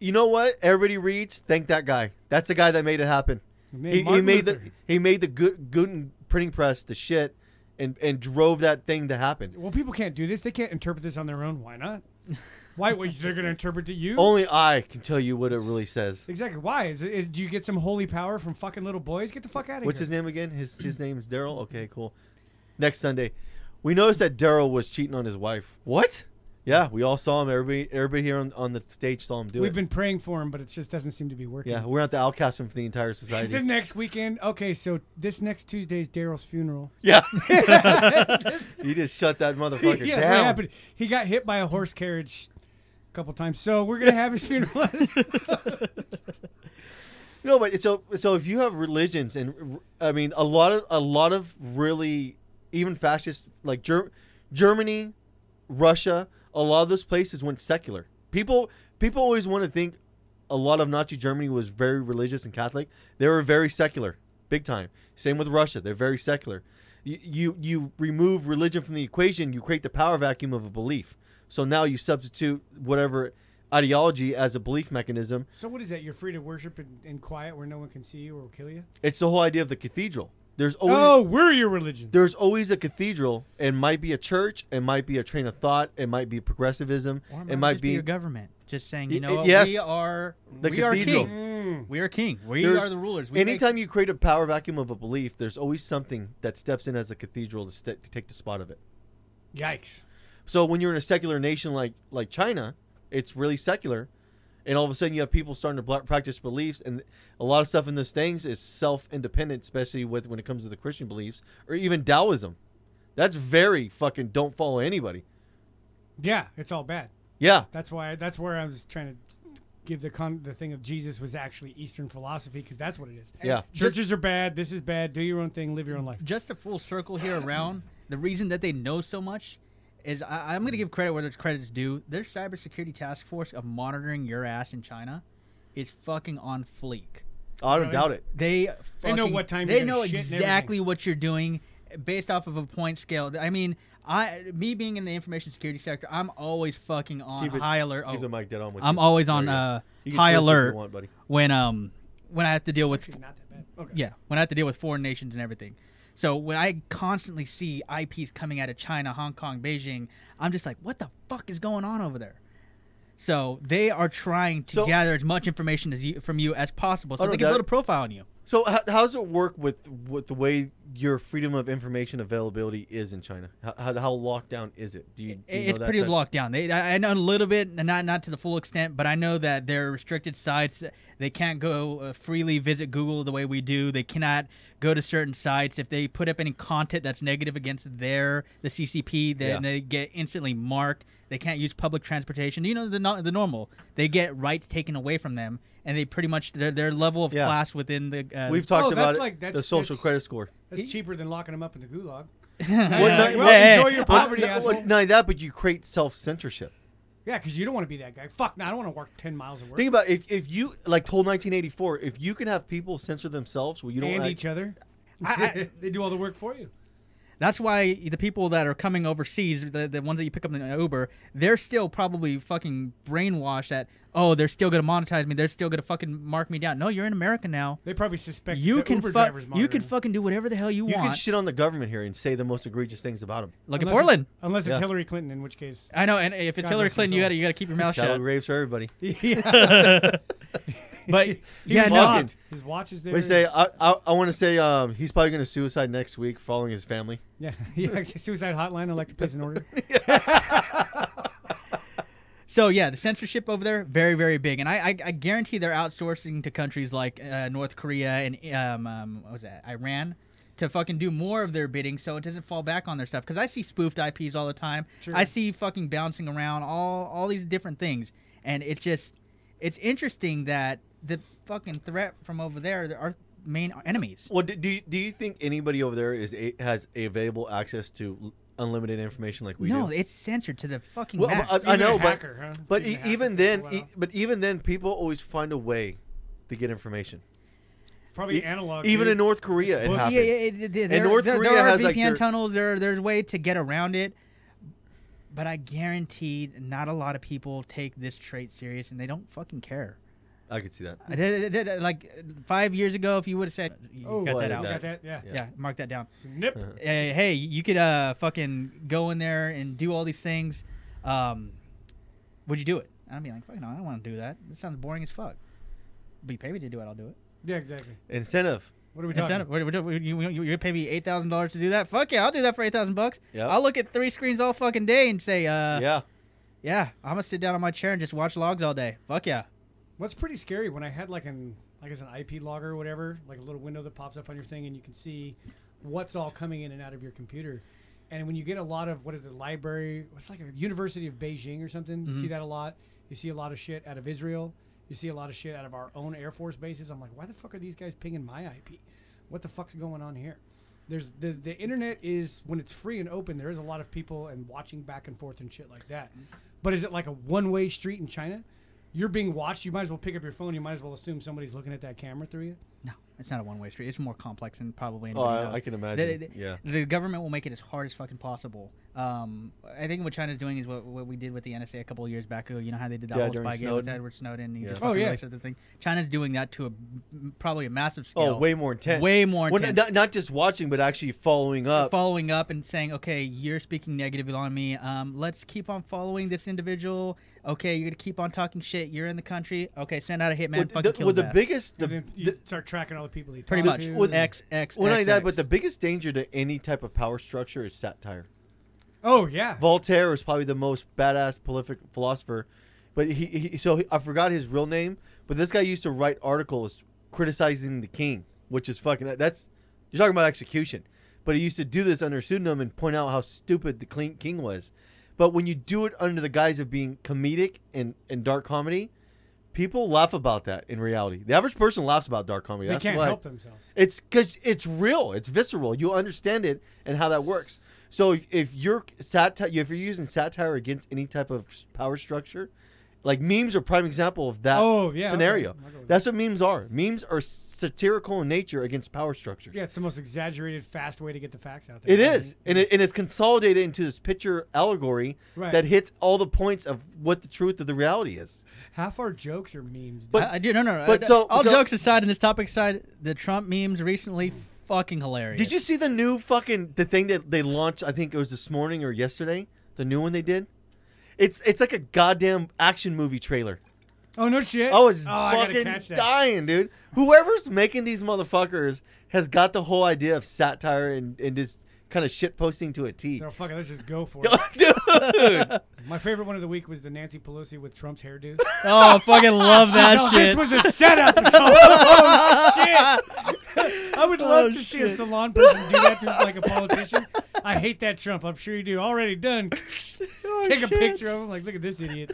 [SPEAKER 3] You know what? Everybody reads. Thank that guy. That's the guy that made it happen.
[SPEAKER 4] made
[SPEAKER 3] he, he
[SPEAKER 4] Martin
[SPEAKER 3] made the
[SPEAKER 4] Luther.
[SPEAKER 3] he made the good Guten printing press the shit, and and drove that thing to happen.
[SPEAKER 4] Well, people can't do this. They can't interpret this on their own. Why not? Why? Well, they're
[SPEAKER 3] <laughs>
[SPEAKER 4] gonna interpret to you.
[SPEAKER 3] Only I can tell you what it really says.
[SPEAKER 4] Exactly. Why is, is do you get some holy power from fucking little boys? Get the fuck out of
[SPEAKER 3] What's
[SPEAKER 4] here.
[SPEAKER 3] his name again? His his name's Daryl. Okay, cool. Next Sunday, we noticed that Daryl was cheating on his wife. What? Yeah, we all saw him. Everybody, everybody here on, on the stage saw him do
[SPEAKER 4] We've
[SPEAKER 3] it.
[SPEAKER 4] been praying for him, but it just doesn't seem to be working.
[SPEAKER 3] yeah, we're not the outcast from the entire
[SPEAKER 4] <laughs> The
[SPEAKER 3] society.
[SPEAKER 4] next weekend. Okay, so this next Tuesday is Daryl's funeral. <laughs>
[SPEAKER 3] yeah, <laughs> you just shut that motherfucker
[SPEAKER 4] yeah, what
[SPEAKER 3] down.
[SPEAKER 4] happened? He got hit by a horse carriage a couple times. So we're gonna have his
[SPEAKER 3] <laughs>
[SPEAKER 4] funeral. <laughs>
[SPEAKER 3] No, but so so if you have religions and I mean a lot of a lot of really even fascist like Ger- Germany, Russia, a lot of those places went secular. People people always want to think a lot of Nazi Germany was very religious and Catholic. They were very secular, big time. Same with Russia, they're very secular. You you, you remove religion from the equation, you create the power vacuum of a belief. So now you substitute whatever ideology as a belief mechanism
[SPEAKER 4] so what is that? You're free to worship in, in quiet where no one can see you or will kill you.
[SPEAKER 3] It's the whole idea of the cathedral. There's always
[SPEAKER 4] Oh, we're your religion.
[SPEAKER 3] there's always a cathedral. It might be a church. It might be a train of thought. It might be progressivism.
[SPEAKER 5] or
[SPEAKER 3] It might be
[SPEAKER 5] your government just saying,
[SPEAKER 3] Y-
[SPEAKER 5] you know,
[SPEAKER 3] y-
[SPEAKER 5] what,
[SPEAKER 3] yes.
[SPEAKER 5] we are
[SPEAKER 3] The
[SPEAKER 5] we
[SPEAKER 3] cathedral.
[SPEAKER 5] are king.
[SPEAKER 4] Mm.
[SPEAKER 5] We are king. We
[SPEAKER 3] There's-
[SPEAKER 5] are the rulers. We make-
[SPEAKER 3] anytime you create a power vacuum of a belief. There's always something that steps in as a cathedral to, st- to take the spot of it.
[SPEAKER 4] Yikes.
[SPEAKER 3] So when you're in a secular nation like like China, it's really secular, and all of a sudden you have people starting to bla practice beliefs, and a lot of stuff in those things is self independent, especially with when it comes to the Christian beliefs or even Taoism. That's very fucking don't follow anybody.
[SPEAKER 4] Yeah, it's all bad.
[SPEAKER 3] Yeah,
[SPEAKER 4] That's why. That's where I was trying to give the con- the thing of Jesus was actually Eastern philosophy because that's what it is.
[SPEAKER 3] Yeah.
[SPEAKER 4] Churches are bad. This is bad. Do your own thing. Live your own life.
[SPEAKER 5] just a full circle here around the reason that they know so much is I, I'm going to give credit where there's credit's due. Their cybersecurity task force of monitoring your ass in China is fucking on fleek.
[SPEAKER 3] I don't
[SPEAKER 4] Really?
[SPEAKER 3] doubt it.
[SPEAKER 5] They
[SPEAKER 4] They know
[SPEAKER 5] fucking-
[SPEAKER 4] what time
[SPEAKER 5] they
[SPEAKER 4] you're gonna
[SPEAKER 5] know
[SPEAKER 4] shit and
[SPEAKER 5] exactly what you're doing based off of a point scale. I mean, I me being in the information security sector, I'm always fucking on
[SPEAKER 3] Keep it-
[SPEAKER 5] high alert.
[SPEAKER 3] Keep
[SPEAKER 5] Oh,
[SPEAKER 3] the mic dead on with
[SPEAKER 5] I'm
[SPEAKER 3] you.
[SPEAKER 5] always on
[SPEAKER 3] There you go.
[SPEAKER 5] uh,
[SPEAKER 3] You can twist
[SPEAKER 5] high
[SPEAKER 3] it if you
[SPEAKER 5] alert
[SPEAKER 3] want, buddy.
[SPEAKER 5] when um when I have to deal with
[SPEAKER 4] Actually, not that bad. Okay.
[SPEAKER 5] yeah, when I have to deal with foreign nations and everything. So when I constantly see IPs coming out of China, Hong Kong, Beijing, I'm just like, what the fuck is going on over there? So they are trying to
[SPEAKER 3] So-
[SPEAKER 5] gather as much information as you, from you as possible, so
[SPEAKER 3] Oh, no
[SPEAKER 5] they can
[SPEAKER 3] doubt.
[SPEAKER 5] build a profile on you.
[SPEAKER 3] So how, how does it work with with the way your freedom of information availability is in China? How, how, how locked down is it? Do you? do
[SPEAKER 5] I-
[SPEAKER 3] you know
[SPEAKER 5] it's
[SPEAKER 3] that
[SPEAKER 5] pretty
[SPEAKER 3] side?
[SPEAKER 5] locked down. They, I I know a little bit, and not not to the full extent, but I know that there are restricted sites. They can't go uh, freely visit Google the way we do. They cannot go to certain sites. If they put up any content that's negative against their the CCP, then
[SPEAKER 3] Yeah.
[SPEAKER 5] they get instantly marked. They can't use public transportation. You know the no- the normal. They get rights taken away from them, and they pretty much their their level of
[SPEAKER 3] Yeah.
[SPEAKER 5] class within the. Uh,
[SPEAKER 3] We've talked
[SPEAKER 4] Oh, that's
[SPEAKER 3] about it,
[SPEAKER 4] like- that's-
[SPEAKER 3] the social
[SPEAKER 4] that's-
[SPEAKER 3] credit score.
[SPEAKER 4] That's cheaper than locking them up in the gulag. <laughs>
[SPEAKER 3] Well, no,
[SPEAKER 4] Yeah, well,
[SPEAKER 5] yeah,
[SPEAKER 4] enjoy
[SPEAKER 5] yeah.
[SPEAKER 4] your
[SPEAKER 3] Uh,
[SPEAKER 4] poverty,
[SPEAKER 3] no,
[SPEAKER 4] asshole.
[SPEAKER 3] well, not only that, but you create self censorship.
[SPEAKER 4] Yeah, because you don't want to be that guy. Fuck, no, I don't want to walk ten miles of work.
[SPEAKER 3] Think about if, if you like whole 1984. If you can have people censor themselves, well, you don't
[SPEAKER 4] and
[SPEAKER 3] act- <laughs>
[SPEAKER 4] each other.
[SPEAKER 5] I, I,
[SPEAKER 4] they do all the work for you.
[SPEAKER 5] that's why the people that are coming overseas, the, the ones that you pick up in an Uber, they're still probably fucking brainwashed that oh they're still gonna monetize me, they're still gonna fucking mark me down. No, you're in America now.
[SPEAKER 4] They probably suspect
[SPEAKER 5] You
[SPEAKER 4] the
[SPEAKER 5] can
[SPEAKER 4] Uber
[SPEAKER 5] fuck.
[SPEAKER 4] drivers
[SPEAKER 5] You
[SPEAKER 4] monitoring
[SPEAKER 5] can
[SPEAKER 4] them.
[SPEAKER 5] fucking do whatever the hell you,
[SPEAKER 3] You
[SPEAKER 5] want.
[SPEAKER 3] can shit on the government here and say the most egregious things about them.
[SPEAKER 5] Look at
[SPEAKER 4] Unless
[SPEAKER 5] Portland.
[SPEAKER 4] it's- unless it's
[SPEAKER 3] Yeah.
[SPEAKER 4] Hillary Clinton, in which case
[SPEAKER 5] I know, and if it's
[SPEAKER 4] God
[SPEAKER 5] Hillary
[SPEAKER 4] rest her
[SPEAKER 5] Clinton, you
[SPEAKER 4] soul.
[SPEAKER 5] gotta you gotta keep your mouth
[SPEAKER 3] Shallow
[SPEAKER 5] shut.
[SPEAKER 3] graves for everybody.
[SPEAKER 4] <laughs>
[SPEAKER 5] But
[SPEAKER 4] He
[SPEAKER 5] yeah,
[SPEAKER 4] was
[SPEAKER 5] no,
[SPEAKER 4] robbed. his watch is there.
[SPEAKER 3] We say I I, I want to say um he's probably gonna suicide next week following his family.
[SPEAKER 4] yeah, <laughs> yeah. Suicide hotline. I'd like to place an order.
[SPEAKER 5] So yeah, the censorship over there very very big, and I I, I guarantee they're outsourcing to countries like uh, North Korea and um, um what was that Iran to fucking do more of their bidding, so it doesn't fall back on their stuff. Because I see spoofed IPs all the time.
[SPEAKER 4] Sure.
[SPEAKER 5] I see fucking bouncing around all all these different things, and it's just it's interesting that the fucking threat from over there are our main enemies.
[SPEAKER 3] Well, do do you, do you think anybody over there is a, has available access to l- unlimited information like we
[SPEAKER 5] no,
[SPEAKER 3] do?
[SPEAKER 5] it's censored to the fucking
[SPEAKER 3] Well, uh,
[SPEAKER 5] max.
[SPEAKER 3] I
[SPEAKER 4] Even
[SPEAKER 3] know,
[SPEAKER 4] a
[SPEAKER 3] but-
[SPEAKER 4] hacker, huh?
[SPEAKER 3] But
[SPEAKER 4] Even a
[SPEAKER 3] e-
[SPEAKER 4] hacker
[SPEAKER 3] even
[SPEAKER 4] could
[SPEAKER 3] then,
[SPEAKER 4] pull it
[SPEAKER 3] e-
[SPEAKER 4] out.
[SPEAKER 3] but even then, people always find a way to get information.
[SPEAKER 4] probably
[SPEAKER 3] e-
[SPEAKER 4] analog.
[SPEAKER 3] even
[SPEAKER 4] dude.
[SPEAKER 3] in North Korea, it
[SPEAKER 4] Well,
[SPEAKER 3] happens.
[SPEAKER 5] Yeah, yeah, it, it, there,
[SPEAKER 3] North
[SPEAKER 5] there,
[SPEAKER 3] Korea
[SPEAKER 5] there are
[SPEAKER 3] has,
[SPEAKER 5] VPN
[SPEAKER 3] like, their-
[SPEAKER 5] tunnels. There, there's a way to get around it, but I guarantee not a lot of people take this trait serious, and they don't fucking care.
[SPEAKER 3] I could see that.
[SPEAKER 4] Hmm.
[SPEAKER 5] I did- did- did- Like five years ago, if you would have said, you
[SPEAKER 4] Oh,
[SPEAKER 5] got that
[SPEAKER 3] edit
[SPEAKER 5] out.
[SPEAKER 4] You
[SPEAKER 3] that.
[SPEAKER 4] got that? Yeah.
[SPEAKER 5] Yeah. mark that down.
[SPEAKER 4] Snip.
[SPEAKER 3] Uh-huh.
[SPEAKER 5] Uh, hey, you could uh, fucking go in there and do all these things. Um, would you do it? I'd be like, fuck no, I don't want to do that. That sounds boring as fuck. But you pay me to do it, I'll do it.
[SPEAKER 4] Yeah, exactly.
[SPEAKER 3] Incentive.
[SPEAKER 4] What are we talking?
[SPEAKER 5] Incentive. What- what- what- You, you, you pay me eight thousand dollars to do that? Fuck yeah, I'll do that for eight thousand bucks.
[SPEAKER 3] Yep.
[SPEAKER 5] I'll look at three screens all fucking day and say, uh, yeah.
[SPEAKER 3] yeah.
[SPEAKER 5] I'm gonna sit down on my chair and just watch logs all day. Fuck yeah.
[SPEAKER 4] What's pretty scary when I had like an like as an IP logger or whatever, like a little window that pops up on your thing and you can see what's all coming in and out of your computer. And when you get a lot of what is the library, what's like a University of Beijing or something, you see that a lot. You see a lot of shit out of Israel. You see a lot of shit out of our own Air Force bases. I'm like, why the fuck are these guys pinging my IP? What the fuck's going on here? There's the the internet is when it's free and open. There is a lot of people and watching back and forth and shit like that. But is it like a one way street in China? You're being watched. You might as well pick up your phone. You might as well assume somebody's looking at that camera through you.
[SPEAKER 5] No, it's not a one way street. It's more complex and probably.
[SPEAKER 3] Oh,
[SPEAKER 5] anybody
[SPEAKER 3] I,
[SPEAKER 5] knows.
[SPEAKER 3] I can
[SPEAKER 5] The-
[SPEAKER 3] imagine.
[SPEAKER 5] the-
[SPEAKER 3] yeah.
[SPEAKER 5] The government will make it as hard as fucking possible. Um, I think what China's doing is what, what we did with the NSA a couple of years back ago. You know how they did that
[SPEAKER 3] Yeah,
[SPEAKER 5] whole
[SPEAKER 3] during
[SPEAKER 5] spy game with
[SPEAKER 3] Snowden.
[SPEAKER 5] Edward Snowden. And you
[SPEAKER 3] Yeah.
[SPEAKER 5] just
[SPEAKER 4] Oh,
[SPEAKER 5] fucking
[SPEAKER 4] yeah.
[SPEAKER 5] released the thing. China's doing that to a m- probably a massive scale.
[SPEAKER 3] Oh, way more intense.
[SPEAKER 5] Way more
[SPEAKER 3] Well, n-
[SPEAKER 5] intense.
[SPEAKER 3] not, not just watching, but actually following up.
[SPEAKER 5] following up and saying, okay, you're speaking negative on me. Um, let's keep on following this individual. Okay, you're gonna keep on talking shit. You're in the country. Okay, send out a hitman.
[SPEAKER 3] Well,
[SPEAKER 5] fucking
[SPEAKER 3] the,
[SPEAKER 5] kill
[SPEAKER 3] well,
[SPEAKER 5] his
[SPEAKER 3] the
[SPEAKER 5] ass.
[SPEAKER 3] biggest, the,
[SPEAKER 4] and then you
[SPEAKER 3] the,
[SPEAKER 4] start tracking all the people you
[SPEAKER 5] pretty
[SPEAKER 4] talk
[SPEAKER 5] much
[SPEAKER 4] to.
[SPEAKER 5] with X X.
[SPEAKER 3] well, not
[SPEAKER 5] X,
[SPEAKER 3] only that,
[SPEAKER 5] X.
[SPEAKER 3] but the biggest danger to any type of power structure is satire.
[SPEAKER 4] oh yeah,
[SPEAKER 3] Voltaire was probably the most badass prolific philosopher, but he, he so he, I forgot his real name, but this guy used to write articles criticizing the king, which is fucking that's you're talking about execution. But he used to do this under pseudonym and point out how stupid the clean king was. But when you do it under the guise of being comedic and, and dark comedy, people laugh about that in reality. The average person laughs about dark comedy.
[SPEAKER 4] they
[SPEAKER 3] that's
[SPEAKER 4] can't
[SPEAKER 3] why.
[SPEAKER 4] help themselves.
[SPEAKER 3] It's because it's real. It's visceral. You understand it and how that works. So if, if you're satire, if you're using satire against any type of s- power structure, like memes are a prime example of that
[SPEAKER 4] Oh, yeah, okay.
[SPEAKER 3] scenario.
[SPEAKER 4] I'll go with
[SPEAKER 3] That's what memes are. Memes are satirical in nature against power structures.
[SPEAKER 4] Yeah, it's the most exaggerated, fast way to get the facts out there.
[SPEAKER 3] It is, and it, and it's consolidated into this picture allegory
[SPEAKER 4] Right.
[SPEAKER 3] that hits all the points of what the truth of the reality is.
[SPEAKER 4] half our jokes are memes. dude.
[SPEAKER 3] But-
[SPEAKER 5] I, I do no no. no.
[SPEAKER 3] but
[SPEAKER 5] Uh,
[SPEAKER 3] so-
[SPEAKER 5] all
[SPEAKER 3] so-
[SPEAKER 5] jokes aside, and this topic aside, the Trump memes recently fucking hilarious.
[SPEAKER 3] Did you see the new fucking the thing that they launched? I think it was this morning or yesterday. The new one they did. It's it's like a goddamn action movie trailer.
[SPEAKER 4] oh no shit!
[SPEAKER 3] I was
[SPEAKER 4] oh, I gotta
[SPEAKER 3] fucking
[SPEAKER 4] catch that.
[SPEAKER 3] dying, dude. Whoever's making these motherfuckers has got the whole idea of satire and, and just kind of shit posting to a T. <laughs>
[SPEAKER 4] No, fuck it. Let's just go for it. <laughs>
[SPEAKER 3] dude,
[SPEAKER 4] My favorite one of the week was the Nancy Pelosi with Trump's
[SPEAKER 3] <laughs>
[SPEAKER 4] hairdo.
[SPEAKER 5] Oh, I fucking love
[SPEAKER 4] Oh,
[SPEAKER 5] that
[SPEAKER 4] this
[SPEAKER 5] shit.
[SPEAKER 4] was a setup. oh
[SPEAKER 3] <laughs>
[SPEAKER 4] shit! I would love
[SPEAKER 5] Oh,
[SPEAKER 4] to see a salon person do that to like a politician. I hate that Trump. I'm sure you do.
[SPEAKER 3] <laughs>
[SPEAKER 4] Already done. <laughs> Take
[SPEAKER 5] Oh,
[SPEAKER 4] a picture of him. Like, look at this
[SPEAKER 5] <laughs>
[SPEAKER 4] idiot.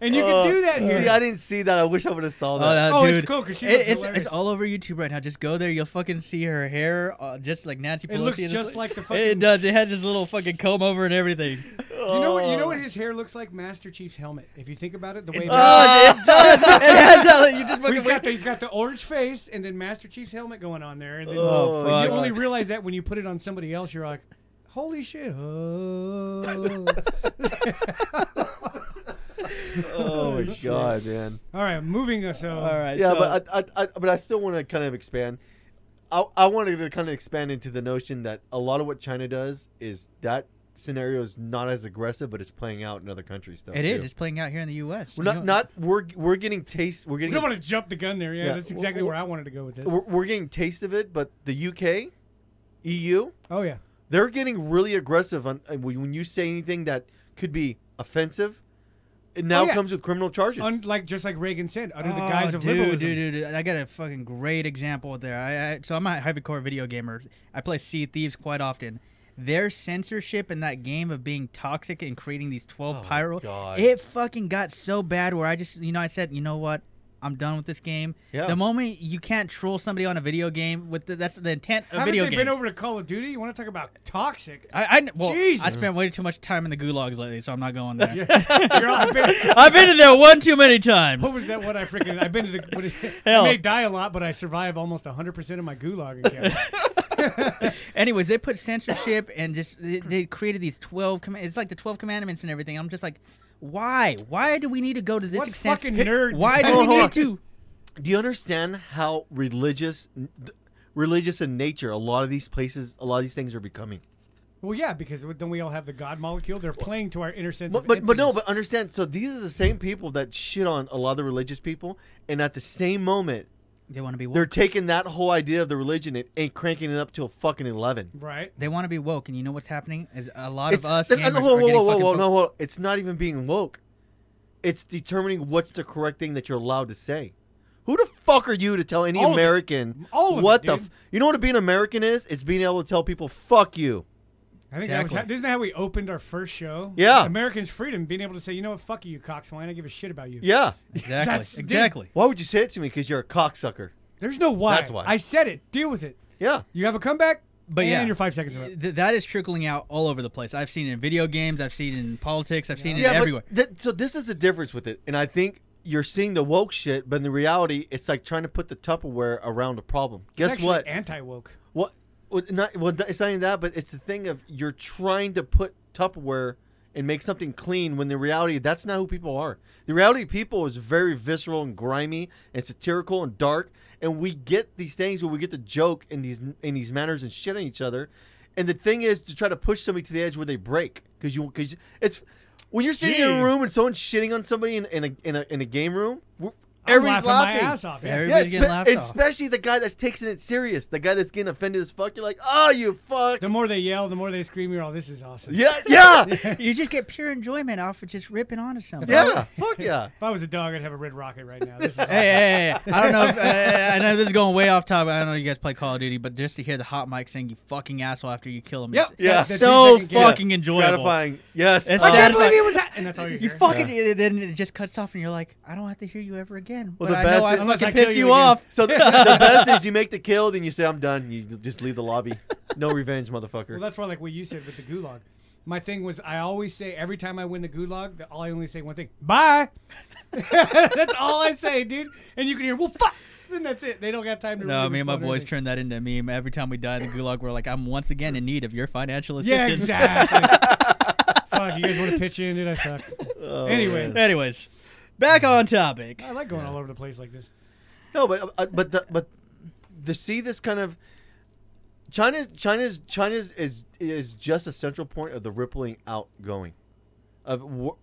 [SPEAKER 4] and you can do that here.
[SPEAKER 3] See, I didn't see that. I wish I would have saw
[SPEAKER 5] Oh,
[SPEAKER 3] that.
[SPEAKER 5] that,
[SPEAKER 4] Oh,
[SPEAKER 5] dude.
[SPEAKER 4] it's cool 'cause she
[SPEAKER 5] It-
[SPEAKER 4] looks
[SPEAKER 5] it's,
[SPEAKER 4] hilarious.
[SPEAKER 5] it's all over YouTube right now. Just go there. You'll fucking see her hair uh, just like Nancy Pelosi.
[SPEAKER 4] it looks
[SPEAKER 5] It's <laughs>
[SPEAKER 4] just like the fucking.
[SPEAKER 5] It does. It has this little fucking comb over and everything.
[SPEAKER 4] You know what? You know what his hair looks like? Master Chief's helmet. If you think about it, the way
[SPEAKER 5] Oh, it does. Oh, It <laughs> has all- you just
[SPEAKER 4] he's
[SPEAKER 5] fucking
[SPEAKER 4] got the, he's got the orange face and then Master Chief's helmet going on there. And then
[SPEAKER 5] Oh,
[SPEAKER 4] you
[SPEAKER 5] fuck.
[SPEAKER 4] only realize that when you put it on somebody else, you're like, holy shit!
[SPEAKER 5] <laughs>
[SPEAKER 4] Oh.
[SPEAKER 3] Oh my god, man.
[SPEAKER 4] All right, moving us. So,
[SPEAKER 5] All right.
[SPEAKER 3] Yeah,
[SPEAKER 5] so,
[SPEAKER 3] but I, I, I, but I still want to kind of expand. I, I wanted to kind of expand into the notion that a lot of what China does is that scenario is not as aggressive, but it's playing out in other countries. Though
[SPEAKER 5] it is.
[SPEAKER 3] too.
[SPEAKER 5] It's playing out here in the U.S.
[SPEAKER 3] We're
[SPEAKER 5] You
[SPEAKER 3] not
[SPEAKER 5] don't-
[SPEAKER 3] not we're we're getting taste. We're
[SPEAKER 4] we
[SPEAKER 3] getting
[SPEAKER 4] don't want to jump the gun there. Yeah,
[SPEAKER 3] Yeah.
[SPEAKER 4] that's exactly where I wanted to go with this.
[SPEAKER 3] we're, we're getting taste of it. But the UK, EU,
[SPEAKER 4] Oh yeah,
[SPEAKER 3] they're getting really aggressive on uh, when when you say anything that could be offensive. It now
[SPEAKER 4] yeah.
[SPEAKER 3] comes with criminal charges.
[SPEAKER 4] Un- like just like Reagan said, under the
[SPEAKER 5] Oh,
[SPEAKER 4] guise of
[SPEAKER 5] dude,
[SPEAKER 4] liberalism.
[SPEAKER 5] Dude, dude, dude, I got a fucking great example there. I, I so I'm a heavycore video gamer. I play Sea of Thieves quite often. Their censorship in that game of being toxic and creating these 12
[SPEAKER 3] my
[SPEAKER 5] pyro,
[SPEAKER 3] God.
[SPEAKER 5] it fucking got so bad where I just, you know, I said, you know what, I'm done with this game.
[SPEAKER 3] Yeah.
[SPEAKER 5] The moment you can't troll somebody on a video game with the, that's the intent of
[SPEAKER 4] Haven't
[SPEAKER 5] video
[SPEAKER 4] they
[SPEAKER 5] games.
[SPEAKER 4] been over to Call of Duty? You want to talk about
[SPEAKER 5] <laughs>
[SPEAKER 4] toxic?
[SPEAKER 5] I, I well, I
[SPEAKER 4] Jesus.
[SPEAKER 5] spent way too much time in the gulags lately, so I'm not going there.
[SPEAKER 4] You're all, I've been,
[SPEAKER 5] I've been in there one too many times.
[SPEAKER 4] what was that? What I freaking? I've been to the. What is,
[SPEAKER 5] Hell.
[SPEAKER 4] I may die a lot, but I survive almost 100 percent of my gulag account.
[SPEAKER 5] Anyways, they put censorship and just they, they created these twelve. command it's like the twelve commandments and everything. I'm just like, why? Why do we need to go to this
[SPEAKER 4] What
[SPEAKER 5] extent?
[SPEAKER 4] fucking nerd
[SPEAKER 5] Why do
[SPEAKER 4] decided
[SPEAKER 5] we
[SPEAKER 3] to
[SPEAKER 5] need
[SPEAKER 3] do
[SPEAKER 5] to?
[SPEAKER 3] do you understand how religious th- religious in nature a lot of these places a lot of these things are becoming
[SPEAKER 4] Well, yeah, because don't we all have the God molecule? They're playing to our inner sense.
[SPEAKER 3] but
[SPEAKER 4] of
[SPEAKER 3] but, but no
[SPEAKER 4] emptiness.
[SPEAKER 3] but understand so these are the same people that shit on a lot of the religious people and at the same moment
[SPEAKER 5] They want to be
[SPEAKER 3] they're
[SPEAKER 5] woke.
[SPEAKER 3] taking that whole idea of the religion and, and cranking it up to a fucking 11
[SPEAKER 4] right.
[SPEAKER 5] They want to be woke, and you know what's happening is a lot
[SPEAKER 3] it's
[SPEAKER 5] of us.
[SPEAKER 3] and-
[SPEAKER 5] gamers
[SPEAKER 3] and- whoa,
[SPEAKER 5] are
[SPEAKER 3] whoa,
[SPEAKER 5] getting
[SPEAKER 3] whoa, whoa,
[SPEAKER 5] fucking
[SPEAKER 3] whoa,
[SPEAKER 5] woke.
[SPEAKER 3] no, whoa. it's not even being woke it's determining what's the correct thing that you're allowed to say who the fuck are you to tell any
[SPEAKER 4] All of it.
[SPEAKER 3] American
[SPEAKER 4] All of it,
[SPEAKER 3] what the
[SPEAKER 4] dude.
[SPEAKER 3] f- you know what being American is? It's being able to tell people fuck you.
[SPEAKER 4] I think that was
[SPEAKER 5] Exactly.
[SPEAKER 4] how, isn't that how we opened our first show?
[SPEAKER 3] Yeah.
[SPEAKER 4] Americans' freedom, being able to say, you know what, fuck you, you cockswine. I give a shit about you.
[SPEAKER 3] Yeah.
[SPEAKER 5] Exactly.
[SPEAKER 4] That's- dude.
[SPEAKER 5] exactly.
[SPEAKER 3] Why would you say it to me? Because you're a cocksucker.
[SPEAKER 4] There's no why.
[SPEAKER 3] That's why.
[SPEAKER 4] I said it. Deal with it.
[SPEAKER 3] Yeah.
[SPEAKER 4] You have a comeback,
[SPEAKER 5] But
[SPEAKER 4] and
[SPEAKER 5] yeah,
[SPEAKER 4] your five seconds are up.
[SPEAKER 5] Th- that is trickling out all over the place. I've seen it in video games. I've seen it in politics. I've seen it
[SPEAKER 3] Yeah.
[SPEAKER 5] everywhere.
[SPEAKER 3] But th- so this is the difference with it, and I think you're seeing the woke shit, but in the reality, it's like trying to put the Tupperware around a problem.
[SPEAKER 4] It's
[SPEAKER 3] Guess
[SPEAKER 4] actually
[SPEAKER 3] what?
[SPEAKER 4] Anti woke.
[SPEAKER 3] what? What? Not. Well, th- it's not even that, but it's the thing of you're trying to put Tupperware and make something clean when the reality that's not who people are. The reality of people is very visceral and grimy and satirical and dark, and we get these things where we get to joke in these in these manners and shit on each other. And the thing is to try to push somebody to the edge where they break because you because it's when you're sitting in a
[SPEAKER 4] Jeez.
[SPEAKER 3] room and someone's shitting on somebody in, in a in a in a game room, we're-
[SPEAKER 4] I'm
[SPEAKER 3] everybody's
[SPEAKER 4] laughing
[SPEAKER 3] laughing.
[SPEAKER 4] my ass off. Yeah.
[SPEAKER 5] Every-
[SPEAKER 3] Yeah,
[SPEAKER 5] Everybody's getting
[SPEAKER 3] spe- <laughs>
[SPEAKER 5] laughed off.
[SPEAKER 3] especially the guy that's taking it serious, the guy that's getting offended as fuck. You're like, oh, you fuck.
[SPEAKER 4] The more they yell, the more they scream. You're all, this is
[SPEAKER 3] <laughs>
[SPEAKER 4] awesome.
[SPEAKER 3] Yeah, yeah,
[SPEAKER 5] You just get pure enjoyment off of just ripping onto somebody.
[SPEAKER 3] yeah. Fuck yeah.
[SPEAKER 4] If I was a dog, I'd have a red rocket right now. This is awesome.
[SPEAKER 5] <laughs> hey, hey, hey, hey. I don't know. If, uh, I know this is going way off topic. I don't know you guys play Call of Duty, but just to hear the hot mic saying "you fucking asshole" after you kill him,
[SPEAKER 4] Yep.
[SPEAKER 5] is
[SPEAKER 3] Yeah.
[SPEAKER 4] That's the
[SPEAKER 5] so
[SPEAKER 4] two-second gap.
[SPEAKER 5] fucking enjoyable.
[SPEAKER 3] Gratifying. Yes.
[SPEAKER 5] It's
[SPEAKER 3] Uh,
[SPEAKER 4] I can't
[SPEAKER 5] satisfying.
[SPEAKER 4] believe it was that. And that's all you're
[SPEAKER 5] You
[SPEAKER 4] hearing.
[SPEAKER 5] fucking and then it just cuts off, and you're like, I don't have to hear you ever again.
[SPEAKER 3] Well,
[SPEAKER 5] but
[SPEAKER 3] the
[SPEAKER 5] I
[SPEAKER 3] best
[SPEAKER 5] know I
[SPEAKER 3] is-
[SPEAKER 4] Unless I
[SPEAKER 5] fucking
[SPEAKER 4] kill
[SPEAKER 5] pissed
[SPEAKER 4] you
[SPEAKER 5] you,
[SPEAKER 4] again.
[SPEAKER 5] off.
[SPEAKER 3] so th- the best is you make the kill, then you say, I'm done. You just leave the lobby. No revenge, motherfucker.
[SPEAKER 4] Well, that's why, like what you said with the gulag. My thing was, I always say every time I win the gulag, that all I only say one thing: bye. <laughs> that's all I say, dude. And you can hear, well, fuck. Then that's it. They don't got time to.
[SPEAKER 5] No,
[SPEAKER 4] really
[SPEAKER 5] me and my
[SPEAKER 4] respond or
[SPEAKER 5] boys
[SPEAKER 4] anything.
[SPEAKER 5] turned that into a meme. Every time we die in the gulag, we're like, I'm once again in need of your financial assistance.
[SPEAKER 4] Yeah, exactly. fuck, you guys want to pitch in? Dude, I suck. anyway,
[SPEAKER 5] <laughs> Anyways, back on topic.
[SPEAKER 4] I like going all over the place like this.
[SPEAKER 3] No, but uh, but the, but to see this kind of China's China's China's is is just a central point of the rippling outgoing of wh-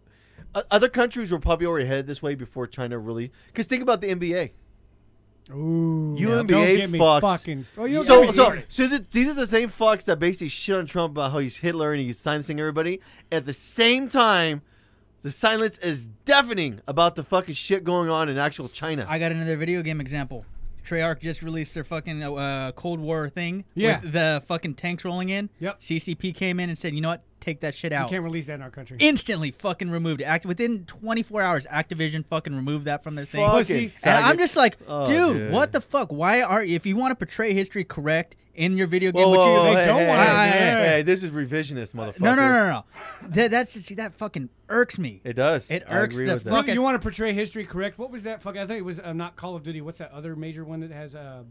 [SPEAKER 3] o- other countries were probably already headed this way before China really. Because think about the NBA.
[SPEAKER 4] Ooh,
[SPEAKER 3] You
[SPEAKER 4] don't
[SPEAKER 3] NBA
[SPEAKER 4] get me
[SPEAKER 3] fucks.
[SPEAKER 4] fucking. Oh, you don't
[SPEAKER 3] So
[SPEAKER 4] get me
[SPEAKER 3] so
[SPEAKER 4] started.
[SPEAKER 3] so the, these are the same fucks that basically shit on Trump about how he's Hitler and he's silencing everybody. At the same time, the silence is deafening about the fucking shit going on in actual China.
[SPEAKER 5] I got another video game example. Treyarch just released their fucking uh, Cold War thing
[SPEAKER 4] Yeah.
[SPEAKER 5] with the fucking tanks rolling in.
[SPEAKER 4] Yep.
[SPEAKER 5] CCP came in and said, you know what? take that shit
[SPEAKER 4] You
[SPEAKER 5] out.
[SPEAKER 4] can't release that in our country.
[SPEAKER 5] Instantly fucking removed it. Act within 24 hours, Activision fucking removed that from their thing.
[SPEAKER 3] Fucking
[SPEAKER 5] And I'm
[SPEAKER 3] faggot.
[SPEAKER 5] just like,
[SPEAKER 3] Oh,
[SPEAKER 5] dude,
[SPEAKER 3] dude.
[SPEAKER 5] what the fuck? Why are if you want to portray history correct in your video game?
[SPEAKER 3] Whoa,
[SPEAKER 5] which
[SPEAKER 3] whoa,
[SPEAKER 5] you-
[SPEAKER 3] whoa,
[SPEAKER 4] they
[SPEAKER 3] hey,
[SPEAKER 4] don't
[SPEAKER 3] hey,
[SPEAKER 4] want
[SPEAKER 3] hey,
[SPEAKER 5] it.
[SPEAKER 3] hey,
[SPEAKER 4] Yeah.
[SPEAKER 3] hey, this is revisionist, motherfucker.
[SPEAKER 5] <laughs> no, no, no, no, no. that, that's see that fucking irks me.
[SPEAKER 3] It does.
[SPEAKER 5] It
[SPEAKER 3] I
[SPEAKER 5] irks
[SPEAKER 3] agree
[SPEAKER 5] the
[SPEAKER 3] with
[SPEAKER 5] fuck
[SPEAKER 3] that.
[SPEAKER 5] Okay.
[SPEAKER 4] You want to portray history correct? What was that fucking? I think it was uh, not Call of Duty. What's that other major one that has? Uh,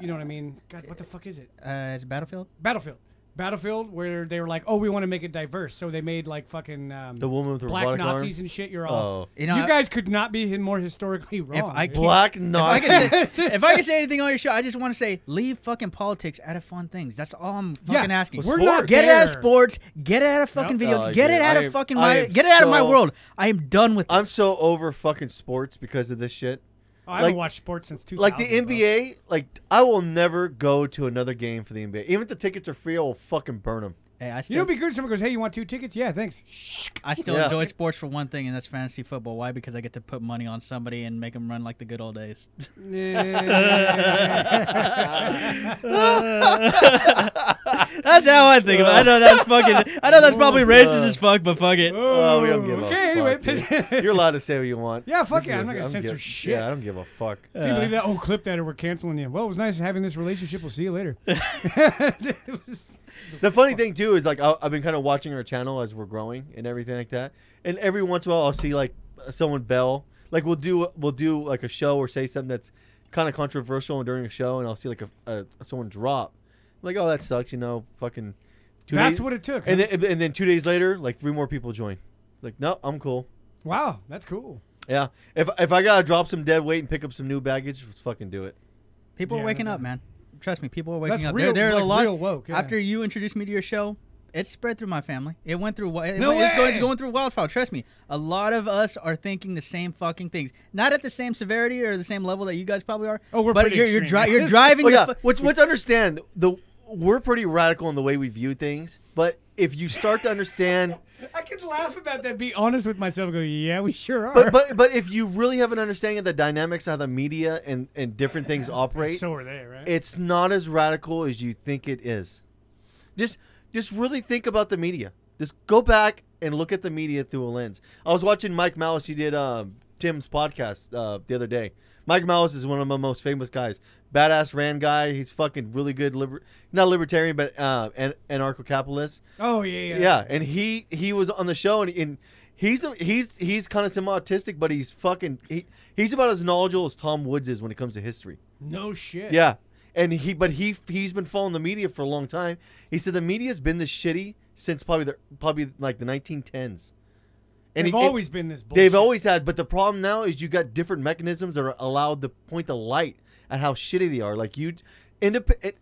[SPEAKER 4] you know what I mean? God, what the fuck is it?
[SPEAKER 5] Uh,
[SPEAKER 3] <laughs>
[SPEAKER 5] it's Battlefield.
[SPEAKER 4] Battlefield. Battlefield, where they were like, "Oh, we want to make it diverse," so they made like fucking um,
[SPEAKER 3] The woman with the
[SPEAKER 4] black
[SPEAKER 3] robotic arm?
[SPEAKER 4] Nazis and shit. You're all
[SPEAKER 3] Oh.
[SPEAKER 5] You know, I-
[SPEAKER 4] you guys could not be hin- more historically wrong.
[SPEAKER 5] I
[SPEAKER 4] dude.
[SPEAKER 5] can't-
[SPEAKER 3] Black
[SPEAKER 5] If I, could
[SPEAKER 3] Nazis.
[SPEAKER 5] say, if I could say anything on your show, I just want to say leave fucking politics out of fun things. That's all I'm
[SPEAKER 4] Yeah,
[SPEAKER 5] fucking asking.
[SPEAKER 4] we're not
[SPEAKER 5] get it out of
[SPEAKER 4] there.
[SPEAKER 5] sports. Get it out of fucking
[SPEAKER 4] Nope.
[SPEAKER 5] video.
[SPEAKER 3] Oh,
[SPEAKER 5] get
[SPEAKER 3] dude,
[SPEAKER 5] it out
[SPEAKER 3] I
[SPEAKER 5] of
[SPEAKER 3] am-
[SPEAKER 5] fucking
[SPEAKER 3] I
[SPEAKER 5] my.
[SPEAKER 3] am
[SPEAKER 5] Get it out of my
[SPEAKER 3] so-
[SPEAKER 5] world. I am done with.
[SPEAKER 3] <laughs> I'm so over fucking sports because of this shit.
[SPEAKER 4] Oh, I haven't
[SPEAKER 3] like-
[SPEAKER 4] watched sports since 2000.
[SPEAKER 3] Like the
[SPEAKER 4] bro.
[SPEAKER 3] NBA, like I will never go to another game for the NBA. Even if the tickets are free, I will fucking burn them.
[SPEAKER 5] Hey, I
[SPEAKER 4] You know,
[SPEAKER 5] still,
[SPEAKER 4] it'd be good. if Someone goes, "Hey, you want two tickets? Yeah, thanks."
[SPEAKER 3] <laughs>
[SPEAKER 5] I still
[SPEAKER 3] Yeah.
[SPEAKER 5] enjoy sports for one thing, and that's fantasy football. Why? Because I get to put money on somebody and make them run like the good old days. <laughs>
[SPEAKER 3] Oh,
[SPEAKER 5] that's how I think about. it. I know that's fucking. I know that's probably racist as fuck, but fuck it.
[SPEAKER 3] Oh, we don't give a
[SPEAKER 4] okay,
[SPEAKER 3] fuck.
[SPEAKER 4] anyway.
[SPEAKER 5] <laughs>
[SPEAKER 3] dude. You're allowed to say what you want.
[SPEAKER 4] Yeah, fuck
[SPEAKER 3] This
[SPEAKER 4] it.
[SPEAKER 3] is
[SPEAKER 4] I'm
[SPEAKER 3] a-
[SPEAKER 4] not gonna censor
[SPEAKER 3] give-
[SPEAKER 4] shit.
[SPEAKER 3] Yeah, I don't give a fuck.
[SPEAKER 4] <laughs> Can you believe that? Oh, clip that, or we're canceling you. Well, it was nice having this relationship. We'll see
[SPEAKER 3] <laughs>
[SPEAKER 4] you later. It was-
[SPEAKER 3] The funny thing too is like I, I've been kind of watching our channel as we're growing and everything like that. And every once in a while, I'll see like someone bell. Like we'll do we'll do like a show or say something that's kind of controversial during a show, and I'll see like a, a someone drop. Like oh that sucks, you know, fucking. Two
[SPEAKER 4] That's
[SPEAKER 3] days-
[SPEAKER 4] what it took.
[SPEAKER 3] And
[SPEAKER 4] huh?
[SPEAKER 3] then, and then two days later, like three more people join. Like no, I'm cool.
[SPEAKER 4] wow, that's cool.
[SPEAKER 3] Yeah, if if I gotta drop some dead weight and pick up some new baggage, let's fucking do it.
[SPEAKER 5] People
[SPEAKER 4] Yeah,
[SPEAKER 5] are waking
[SPEAKER 4] I
[SPEAKER 5] up, man. Trust me, people are waking
[SPEAKER 4] That's
[SPEAKER 5] up.
[SPEAKER 4] real-
[SPEAKER 5] there, there are
[SPEAKER 4] like
[SPEAKER 5] a lot.
[SPEAKER 4] real woke, yeah.
[SPEAKER 5] After you introduced me to your show, it spread through my family. It went through. wi- It,
[SPEAKER 4] No
[SPEAKER 5] went- it's, going,
[SPEAKER 4] way!
[SPEAKER 5] it's going through wildfire. Trust me, a lot of us are thinking the same fucking things. Not at the same severity or the same level that you guys probably are.
[SPEAKER 4] Oh, we're
[SPEAKER 5] but
[SPEAKER 4] pretty
[SPEAKER 5] you're you're,
[SPEAKER 4] extreme.
[SPEAKER 5] dri- you're
[SPEAKER 3] <laughs>
[SPEAKER 5] driving.
[SPEAKER 3] Well,
[SPEAKER 5] the
[SPEAKER 3] Oh, yeah,
[SPEAKER 5] fu-
[SPEAKER 3] let's, let's understand the we're pretty radical in the way we view things, but if you start to understand,
[SPEAKER 4] I could laugh about that. Be honest with myself. and Go, yeah, we sure are.
[SPEAKER 3] but
[SPEAKER 4] <laughs>
[SPEAKER 3] but but if you really have an understanding of the dynamics of how the media and and different things operate,
[SPEAKER 4] so are they, right?
[SPEAKER 3] it's not as radical as you think it is. Just just really think about the media. Just go back and look at the media through a lens. I was watching Mike Malice. He did um, Tim's podcast uh, the other day. Mike Malice is one of my most famous guys. Badass Rand guy. He's fucking really good. Liber- not libertarian, but uh, an- anarcho-capitalist.
[SPEAKER 4] oh yeah, yeah.
[SPEAKER 3] Yeah, and he he was on the show, and, and he's he's he's kind of semi-autistic, but he's fucking he, he's about as knowledgeable as Tom Woods is when it comes to history.
[SPEAKER 4] No shit.
[SPEAKER 3] Yeah, and he, but he he's been following the media for a long time. He said the media's been this shitty since probably the probably like the 1910s.
[SPEAKER 4] they've
[SPEAKER 3] And he-
[SPEAKER 4] always been this. Bullshit.
[SPEAKER 3] they've always had, but the problem now is you got different mechanisms that are allowed to point the light at how shitty they are. Like you, indep- it-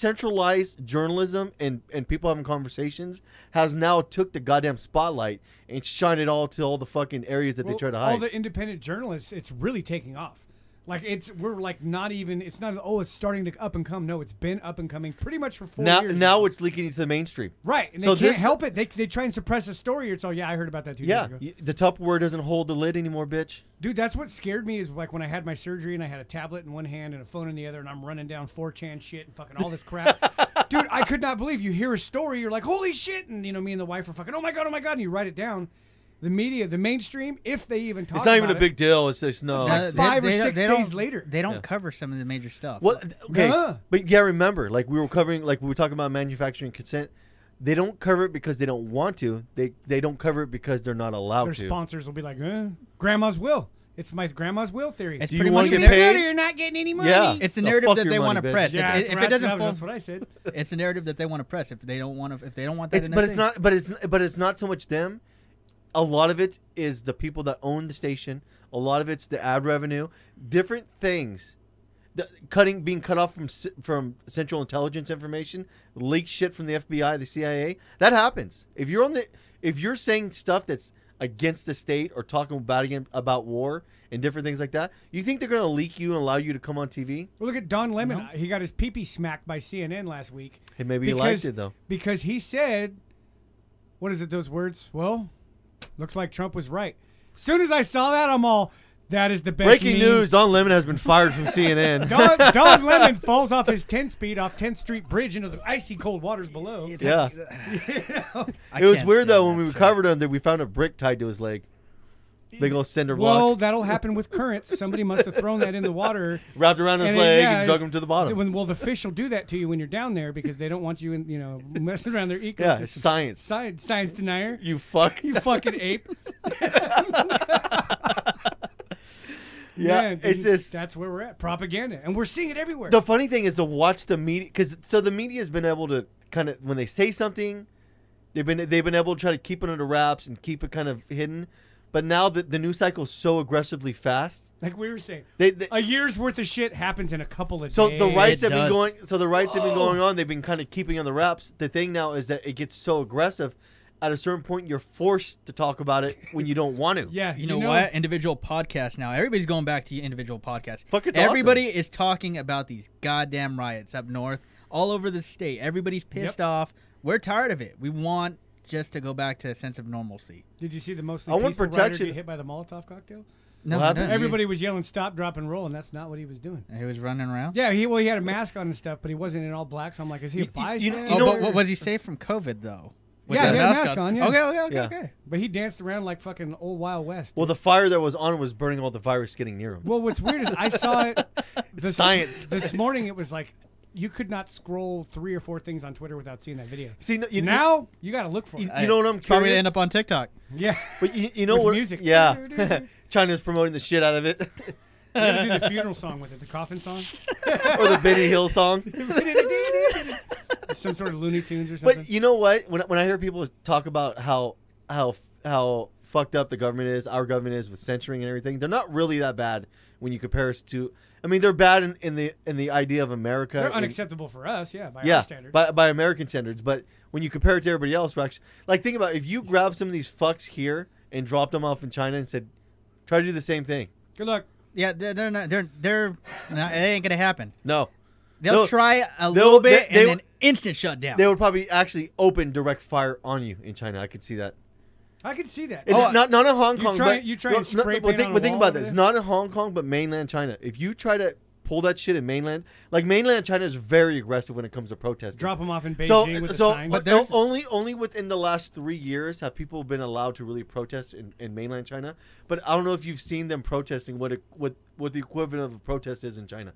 [SPEAKER 3] decentralized journalism and and people having conversations has now took the goddamn spotlight and shined it all to all the fucking areas that
[SPEAKER 4] Well,
[SPEAKER 3] they try to
[SPEAKER 4] All
[SPEAKER 3] hide.
[SPEAKER 4] the independent journalists, it's really taking off. Like it's we're like not even. It's not. Oh, it's starting to up and come. No, it's been up and coming pretty much for four
[SPEAKER 3] now
[SPEAKER 4] years.
[SPEAKER 3] now it's leaking into the mainstream.
[SPEAKER 4] right, and they
[SPEAKER 3] so
[SPEAKER 4] can't
[SPEAKER 3] this-
[SPEAKER 4] help it. They, they try and suppress a story. It's all yeah, I heard about that two
[SPEAKER 3] Yeah,
[SPEAKER 4] years ago.
[SPEAKER 3] y- the Tupperware doesn't hold the lid anymore, bitch.
[SPEAKER 4] Dude, that's what scared me is like when I had my surgery and I had a tablet in one hand and a phone in the other, and I'm running down 4chan shit and fucking all this
[SPEAKER 5] <laughs>
[SPEAKER 4] crap. Dude, I could not believe you hear a story, you're like, holy shit. And, you know, me and the wife are fucking, oh my God, oh my God. And you write it down. The media, the mainstream, if they even talk
[SPEAKER 3] It's not even a
[SPEAKER 4] about
[SPEAKER 3] big deal. It's just no.
[SPEAKER 4] It's
[SPEAKER 5] Uh,
[SPEAKER 4] like five or six
[SPEAKER 5] don't-
[SPEAKER 4] days later.
[SPEAKER 5] They don't
[SPEAKER 3] Yeah.
[SPEAKER 5] cover some of the major stuff.
[SPEAKER 3] Well, okay,
[SPEAKER 4] Huh.
[SPEAKER 3] but yeah, remember, like we were covering, like we were talking about manufacturing consent. They don't cover it because they don't want to. They they don't cover it because they're not allowed
[SPEAKER 4] Their
[SPEAKER 3] to.
[SPEAKER 4] sponsors will be like, eh, grandma's will. It's my grandma's will theory.
[SPEAKER 5] It's
[SPEAKER 3] Do
[SPEAKER 5] pretty
[SPEAKER 3] you want
[SPEAKER 5] much
[SPEAKER 3] to
[SPEAKER 5] the
[SPEAKER 3] get
[SPEAKER 5] narrative.
[SPEAKER 3] paid?
[SPEAKER 4] You're not getting any money.
[SPEAKER 3] Yeah.
[SPEAKER 5] It's the
[SPEAKER 3] Oh,
[SPEAKER 5] narrative
[SPEAKER 3] fuck
[SPEAKER 5] that
[SPEAKER 3] your
[SPEAKER 5] they
[SPEAKER 3] money,
[SPEAKER 5] want to
[SPEAKER 3] bitch.
[SPEAKER 5] press. If-
[SPEAKER 4] Yeah,
[SPEAKER 5] if, it
[SPEAKER 4] that's-
[SPEAKER 5] doesn't
[SPEAKER 4] that was- that's
[SPEAKER 5] fall,
[SPEAKER 4] what I said.
[SPEAKER 5] it's a narrative that they want to press. If they don't want to, if they don't want that,
[SPEAKER 3] It's
[SPEAKER 5] in
[SPEAKER 3] but
[SPEAKER 5] their
[SPEAKER 3] it's
[SPEAKER 5] thing.
[SPEAKER 3] not. But it's but it's not so much them. A lot of it is the people that own the station. A lot of it's the ad revenue. Different things. The cutting being cut off from c- from central intelligence information, leaked shit from the FBI, the CIA. That happens. If you're on the if you're saying stuff that's against the state or talking about again about war and different things like that, you think they're going to leak you and allow you to come on TV?
[SPEAKER 4] Well, look at Don Lemon. He got his pee pee smacked by CNN last week.
[SPEAKER 3] Hey, maybe he liked it, though.
[SPEAKER 4] Because he said, "What is it? Those words? Well, looks like Trump was right." Soon as I saw that, I'm all, That is the best.
[SPEAKER 3] Breaking
[SPEAKER 4] meme.
[SPEAKER 3] news: Don Lemon has been fired from CNN.
[SPEAKER 4] Don, Don Lemon falls off his 10 speed off 10th Street Bridge into the icy cold waters below.
[SPEAKER 3] <laughs> yeah,
[SPEAKER 5] I
[SPEAKER 3] it was weird
[SPEAKER 5] can't stand
[SPEAKER 3] though when
[SPEAKER 5] that
[SPEAKER 3] we
[SPEAKER 5] shit.
[SPEAKER 3] covered him that we found a brick tied to his leg, big old cinder block
[SPEAKER 4] Well, that'll happen with currents. Somebody must have thrown that in
[SPEAKER 3] <laughs>
[SPEAKER 4] the water.
[SPEAKER 3] wrapped around his
[SPEAKER 4] and it-
[SPEAKER 3] leg
[SPEAKER 4] yeah,
[SPEAKER 3] and drug
[SPEAKER 4] it's-
[SPEAKER 3] him to the bottom.
[SPEAKER 4] When, well, the fish will do that to you when you're down there because they don't want you, in, you know, <laughs> messing around their ecosystem.
[SPEAKER 3] yeah, it's science.
[SPEAKER 4] science, science denier.
[SPEAKER 3] you fuck.
[SPEAKER 4] <laughs> You fucking ape.
[SPEAKER 3] <laughs> yeah,
[SPEAKER 4] Man,
[SPEAKER 3] it's
[SPEAKER 4] dude,
[SPEAKER 3] just
[SPEAKER 4] that's where we're at. Propaganda, and we're seeing it everywhere.
[SPEAKER 3] the funny thing is to watch the media because so the media has been able to kind of when they say something they've been they've been able to try to keep it under wraps and keep it kind of hidden but now that the news cycle is so aggressively fast
[SPEAKER 4] like we were saying,
[SPEAKER 3] they, they
[SPEAKER 4] a year's worth of shit happens in a couple of
[SPEAKER 3] so
[SPEAKER 4] days.
[SPEAKER 3] the rights
[SPEAKER 5] It
[SPEAKER 3] have been
[SPEAKER 5] does.
[SPEAKER 3] going so the rights have been going on they've been kind of keeping on the wraps the thing now is that it gets so aggressive at a certain point you're forced to talk about it when you don't want to
[SPEAKER 4] Yeah,
[SPEAKER 5] You know, what? Individual podcasts now. Everybody's going back to individual podcasts.
[SPEAKER 3] Fuck, it's
[SPEAKER 5] Everybody is talking about these goddamn riots up north, all over the state. Everybody's pissed off. We're tired of it. We want just to go back to a sense of normalcy.
[SPEAKER 4] Did you see the mostly
[SPEAKER 3] I want
[SPEAKER 4] peaceful rider
[SPEAKER 3] protection.
[SPEAKER 4] get hit by the Molotov cocktail?
[SPEAKER 5] No,
[SPEAKER 3] What
[SPEAKER 5] I
[SPEAKER 3] happened?
[SPEAKER 5] don't.
[SPEAKER 4] Everybody was yelling, "Stop, drop, and roll," and that's not what he was doing.
[SPEAKER 5] He was running around.
[SPEAKER 4] Yeah, he well, he had a mask on and stuff, but he wasn't in all black. So I'm like, is he a
[SPEAKER 3] you
[SPEAKER 4] bystander?
[SPEAKER 5] oh,
[SPEAKER 3] know-
[SPEAKER 5] but what was he safe from COVID though? With
[SPEAKER 4] Yeah,
[SPEAKER 5] that
[SPEAKER 4] he had a mask on, yeah.
[SPEAKER 5] Okay, okay, okay,
[SPEAKER 3] Yeah.
[SPEAKER 5] okay.
[SPEAKER 4] But he danced around like fucking old Wild West.
[SPEAKER 3] well the fire that was on was burning all the virus getting near him
[SPEAKER 4] Well, what's weird is I saw
[SPEAKER 3] <laughs>
[SPEAKER 4] it. This,
[SPEAKER 3] Science.
[SPEAKER 4] This morning it was like you could not scroll three or four things on Twitter without seeing that video.
[SPEAKER 3] see no, you,
[SPEAKER 4] now you got to look for
[SPEAKER 3] you,
[SPEAKER 4] it.
[SPEAKER 3] you know what i'm
[SPEAKER 5] It's probably gonna
[SPEAKER 3] curious?
[SPEAKER 5] end up on TikTok.
[SPEAKER 4] <laughs> yeah,
[SPEAKER 3] But you, you know
[SPEAKER 4] With
[SPEAKER 3] what?
[SPEAKER 4] music.
[SPEAKER 3] Yeah. <laughs> China's promoting the shit out of it. <laughs>
[SPEAKER 4] you got to do the funeral song with it, the coffin song,
[SPEAKER 3] or the Benny Hill song.
[SPEAKER 4] some sort of Looney Tunes or something.
[SPEAKER 3] But you know what? When, when I hear people talk about how how how fucked up the government is, our government is with censoring and everything, they're not really that bad when you compare us to I mean, they're bad in, in the in the idea of America.
[SPEAKER 4] They're
[SPEAKER 3] and-
[SPEAKER 4] unacceptable for us, yeah, by
[SPEAKER 3] yeah,
[SPEAKER 4] our standards.
[SPEAKER 3] by, by American standards. But when you compare it to everybody else, we're actually like think about it, if you grab some of these fucks here and dropped them off in China and said, try to do the same thing.
[SPEAKER 4] Good luck.
[SPEAKER 5] Yeah, they're, they're not. They're they're. Not, it ain't gonna happen.
[SPEAKER 3] No,
[SPEAKER 5] They'll
[SPEAKER 3] They'll-
[SPEAKER 5] try a little
[SPEAKER 3] they-
[SPEAKER 5] bit
[SPEAKER 3] they-
[SPEAKER 5] and then instant shutdown.
[SPEAKER 3] they would probably actually open direct fire on you in China. I could see that.
[SPEAKER 4] I can see that.
[SPEAKER 3] It's
[SPEAKER 5] Oh,
[SPEAKER 3] not not in Hong
[SPEAKER 4] you
[SPEAKER 3] Kong.
[SPEAKER 4] try-
[SPEAKER 3] but,
[SPEAKER 4] you try
[SPEAKER 3] no,
[SPEAKER 4] and
[SPEAKER 3] no,
[SPEAKER 4] spray
[SPEAKER 3] but
[SPEAKER 4] paint
[SPEAKER 3] think,
[SPEAKER 4] on a
[SPEAKER 3] but think
[SPEAKER 4] wall
[SPEAKER 3] about
[SPEAKER 4] over
[SPEAKER 3] this.
[SPEAKER 4] there?
[SPEAKER 3] Not in Hong Kong, but mainland China. If you try to pull that shit in mainland, like mainland China is very aggressive when it comes to protesting.
[SPEAKER 4] Drop him off in Beijing
[SPEAKER 3] so
[SPEAKER 4] with a
[SPEAKER 3] so
[SPEAKER 4] sign.
[SPEAKER 3] but
[SPEAKER 5] But there's-
[SPEAKER 3] only only within the last three years have people been allowed to really protest in, in mainland China. But I don't know if you've seen them protesting what it, what what the equivalent of a protest is in China.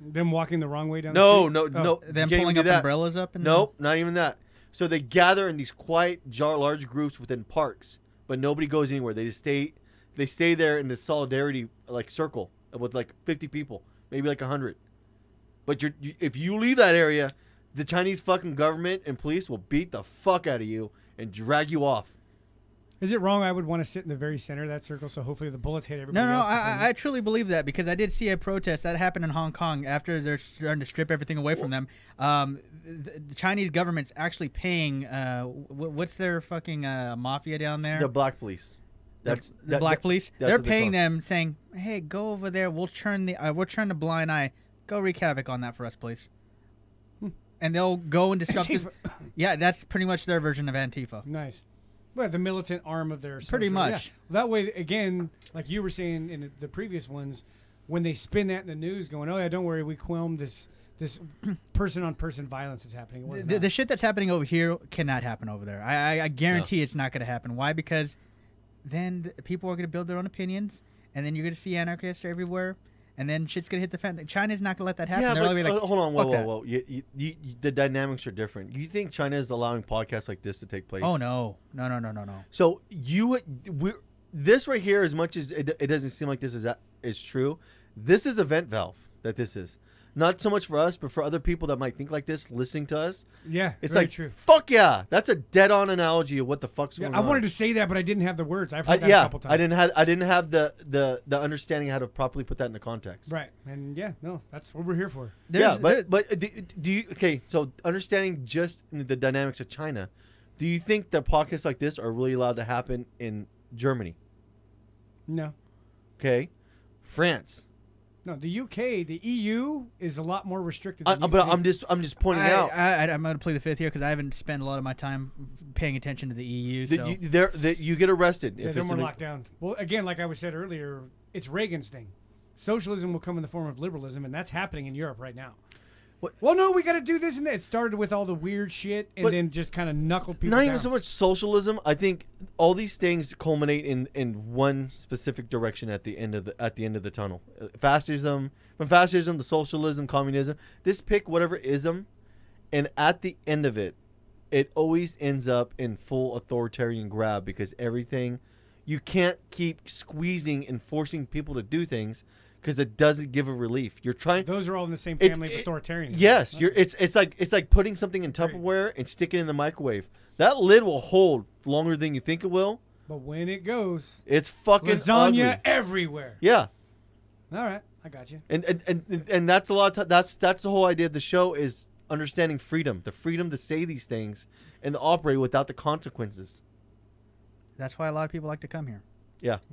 [SPEAKER 4] Them walking the wrong way down.
[SPEAKER 3] No,
[SPEAKER 4] the
[SPEAKER 3] no,
[SPEAKER 4] street? Oh.
[SPEAKER 3] no.
[SPEAKER 5] Them
[SPEAKER 3] you can't
[SPEAKER 5] pulling
[SPEAKER 3] even
[SPEAKER 5] up
[SPEAKER 3] do that.
[SPEAKER 5] umbrellas up. And
[SPEAKER 3] Nope, not even that. So they gather in these quiet, jar large groups within parks, but nobody goes anywhere. They just stay, they stay there in this solidarity like circle with like fifty people, maybe like hundred. But you're, you, if you leave that area, the Chinese fucking government and police will beat the fuck out of you and drag you off.
[SPEAKER 4] Is it wrong? I would want to sit in the very center of that circle, so hopefully the bullets hit everybody.
[SPEAKER 5] No, no,
[SPEAKER 4] else
[SPEAKER 5] I,
[SPEAKER 4] before me.
[SPEAKER 5] I- I truly believe that because I did see a protest that happened in Hong Kong after they're starting to strip everything away from them. Um, the, the Chinese government's actually paying. Uh, w- what's their fucking uh, mafia down there?
[SPEAKER 3] The black police. That's
[SPEAKER 5] the
[SPEAKER 3] that-
[SPEAKER 5] black
[SPEAKER 3] that-
[SPEAKER 5] police.
[SPEAKER 3] that's
[SPEAKER 5] They're
[SPEAKER 3] what
[SPEAKER 5] paying
[SPEAKER 3] call it.
[SPEAKER 5] them, saying, "Hey, go over there. We'll turn the uh, we'll turn the blind eye. Go wreak havoc on that for us, please." Hmm. And they'll go <coughs> and disrupt. the-
[SPEAKER 4] Antifa.
[SPEAKER 5] yeah, that's pretty much their version of Antifa.
[SPEAKER 4] Nice. Well, the militant arm of their
[SPEAKER 5] Pretty
[SPEAKER 4] social-
[SPEAKER 5] much.
[SPEAKER 4] yeah. That way, again, like you were saying in the previous ones, when they spin that in the news, going, "Oh yeah, don't worry, we quelled this this <clears throat> person on person violence is happening." It wasn't
[SPEAKER 5] the, the
[SPEAKER 4] us.
[SPEAKER 5] shit that's happening over here cannot happen over there. I, I, I guarantee it's not going to happen. Why? Because then th- people are going to build their own opinions, and then you're going to see anarchists everywhere, and then shit's going to hit the fan. China's not going to let that happen.
[SPEAKER 3] Yeah,
[SPEAKER 5] They're
[SPEAKER 3] but
[SPEAKER 5] gonna be
[SPEAKER 3] uh,
[SPEAKER 5] like,
[SPEAKER 3] hold on, whoa,
[SPEAKER 5] "Fuck
[SPEAKER 3] whoa,
[SPEAKER 5] that."
[SPEAKER 3] whoa. You, you, you, the dynamics are different. You think China is allowing podcasts like this to take place?
[SPEAKER 5] Oh no, no, no, no, no, no.
[SPEAKER 3] So you, we're, this right here, as much as it, it doesn't seem like this is a- is true, this is a vent valve that this is. Not so much for us, but for other people that might think like this, listening to us,
[SPEAKER 4] yeah,
[SPEAKER 3] it's
[SPEAKER 4] very
[SPEAKER 3] like,
[SPEAKER 4] true.
[SPEAKER 3] fuck yeah, that's a dead-on analogy of what the fuck's
[SPEAKER 4] Yeah,
[SPEAKER 3] going
[SPEAKER 4] I
[SPEAKER 3] on.
[SPEAKER 4] wanted to say that, but I didn't have the words. I've
[SPEAKER 3] I-
[SPEAKER 4] heard that
[SPEAKER 3] yeah,
[SPEAKER 4] a couple times.
[SPEAKER 3] I didn't have, I didn't have the the the understanding how to properly put that into context.
[SPEAKER 4] Right, and yeah, no, that's what we're here for.
[SPEAKER 5] There's-
[SPEAKER 3] yeah,
[SPEAKER 5] there-
[SPEAKER 3] but but do, do you okay? So understanding just the dynamics of China, do you think that podcasts like this are really allowed to happen in Germany?
[SPEAKER 4] No,
[SPEAKER 3] Okay, France.
[SPEAKER 4] no, the UK, the EU is a lot more restricted.
[SPEAKER 3] I,
[SPEAKER 4] Than
[SPEAKER 3] I-
[SPEAKER 4] you
[SPEAKER 3] Uh, but
[SPEAKER 4] think.
[SPEAKER 3] I'm just I'm just pointing
[SPEAKER 5] I,
[SPEAKER 3] out
[SPEAKER 5] I, I, am going to play the fifth here because I haven't spent a lot of my time paying attention to the EU.
[SPEAKER 3] that
[SPEAKER 5] So
[SPEAKER 3] you there that you get arrested
[SPEAKER 4] yeah,
[SPEAKER 3] if
[SPEAKER 4] they're
[SPEAKER 3] it's
[SPEAKER 4] more
[SPEAKER 3] an-
[SPEAKER 4] locked down. Well, again, like I was said earlier, it's Reagan's thing. Socialism will come in the form of liberalism, and that's happening in Europe right now.
[SPEAKER 3] What-
[SPEAKER 4] Well, no, we got to do this and that. It started with all the weird shit, and
[SPEAKER 3] But-
[SPEAKER 4] then just kind of knuckled people.
[SPEAKER 3] Not even
[SPEAKER 4] down.
[SPEAKER 3] so much socialism. I think all these things culminate in, in one specific direction at the end of the at the end of the tunnel. Uh, Fascism, from fascism to socialism, communism. This pick whatever ism, and at the end of it, it always ends up in full authoritarian grab because everything, you can't keep squeezing and forcing people to do things because it doesn't give a relief. You're trying.
[SPEAKER 4] Those are all in the same
[SPEAKER 3] It-
[SPEAKER 4] family
[SPEAKER 3] it-
[SPEAKER 4] of authoritarianism.
[SPEAKER 3] Yes, you're. It's it's like it's like putting something in Tupperware and sticking it in the microwave. That lid will hold longer than you think it will.
[SPEAKER 4] But when it goes,
[SPEAKER 3] It's fucking
[SPEAKER 4] lasagna
[SPEAKER 3] ugly.
[SPEAKER 4] everywhere.
[SPEAKER 3] Yeah,
[SPEAKER 4] All right, I got you.
[SPEAKER 3] and and, and and that's a lot. Of ti- that's that's the whole idea of the show is understanding freedom, the freedom to say these things and to operate without the consequences.
[SPEAKER 5] That's why a lot of people like to come here,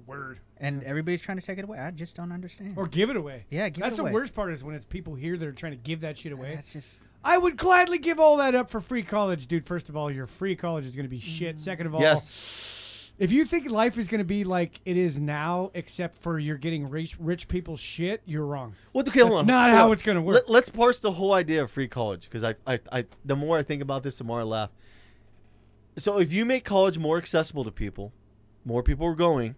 [SPEAKER 4] Word
[SPEAKER 5] and everybody's trying to take it away. I just don't understand.
[SPEAKER 4] or give it away.
[SPEAKER 5] yeah, give
[SPEAKER 4] That's
[SPEAKER 5] it away.
[SPEAKER 4] the worst part is when it's people here that are trying to give that shit away.
[SPEAKER 5] That's just
[SPEAKER 4] I would gladly give all that up for free college, dude. First of all, your free college is going to be shit. Second of all,
[SPEAKER 3] Yes,
[SPEAKER 4] if you think life is going to be like it is now, except for you're getting rich, rich people's shit, you're wrong.
[SPEAKER 3] Well, okay, hold
[SPEAKER 4] That's
[SPEAKER 3] on.
[SPEAKER 4] not
[SPEAKER 3] Hold
[SPEAKER 4] how
[SPEAKER 3] on.
[SPEAKER 4] it's gonna work.
[SPEAKER 3] Let, let's parse the whole idea of free college because I, I, I, the more I think about this, the more I laugh. So if you make college more accessible to people, more people are going.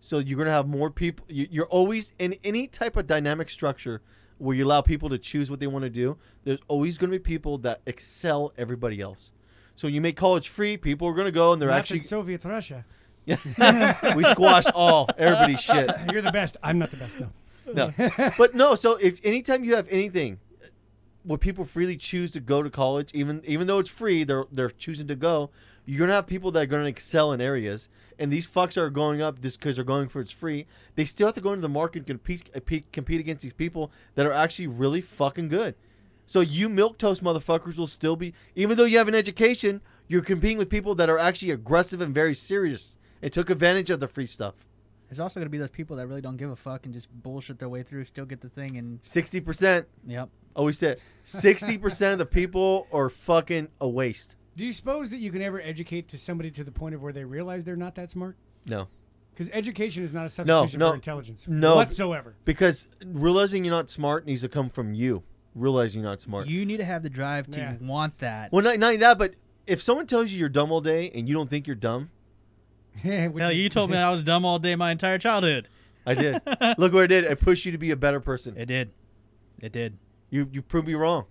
[SPEAKER 3] So you're gonna have more people. You, you're always in any type of dynamic structure where you allow people to choose what they want to do. There's always gonna be people that excel everybody else. So you make college free, people are gonna go and they're
[SPEAKER 4] Not
[SPEAKER 3] actually.
[SPEAKER 4] in Soviet Russia.
[SPEAKER 3] we squash all everybody's
[SPEAKER 4] <laughs>
[SPEAKER 3] shit.
[SPEAKER 4] You're the best. I'm not the best. No.
[SPEAKER 3] no. But no, so if anytime you have anything where people freely choose to go to college, even even though it's free, they're they're choosing to go, you're gonna have people that are gonna excel in areas. And these fucks are going up just because they're going for it's free. They still have to go into the market and compete, compete compete against these people that are actually really fucking good. So you milk toast motherfuckers will still be, even though you have an education, you're competing with people that are actually aggressive and very serious and took advantage of the free stuff.
[SPEAKER 5] there's also gonna be those people that really don't give a fuck and just bullshit their way through, still get the thing, and
[SPEAKER 3] Sixty percent
[SPEAKER 5] yep.
[SPEAKER 3] always Oh, said 60% of the people are fucking a waste.
[SPEAKER 4] Do you suppose that you can ever educate to somebody to the point of where they realize they're not that smart?
[SPEAKER 3] No.
[SPEAKER 4] Because education is not a substitution
[SPEAKER 3] no,
[SPEAKER 4] for intelligence
[SPEAKER 3] no. <laughs>
[SPEAKER 4] whatsoever.
[SPEAKER 3] Because realizing you're not smart needs to come from you. Realizing you're not smart.
[SPEAKER 5] You need to have the drive to
[SPEAKER 4] Yeah.
[SPEAKER 5] want that.
[SPEAKER 3] well, not, not even that, but if someone tells you you're dumb all day and you don't think you're dumb,
[SPEAKER 4] Which
[SPEAKER 5] Hell,
[SPEAKER 4] is-
[SPEAKER 5] you told me I was dumb all day my entire childhood.
[SPEAKER 3] I
[SPEAKER 5] <laughs>
[SPEAKER 3] did. Look what I did. I pushed you to be a better person.
[SPEAKER 5] It did. It did.
[SPEAKER 3] you you proved me wrong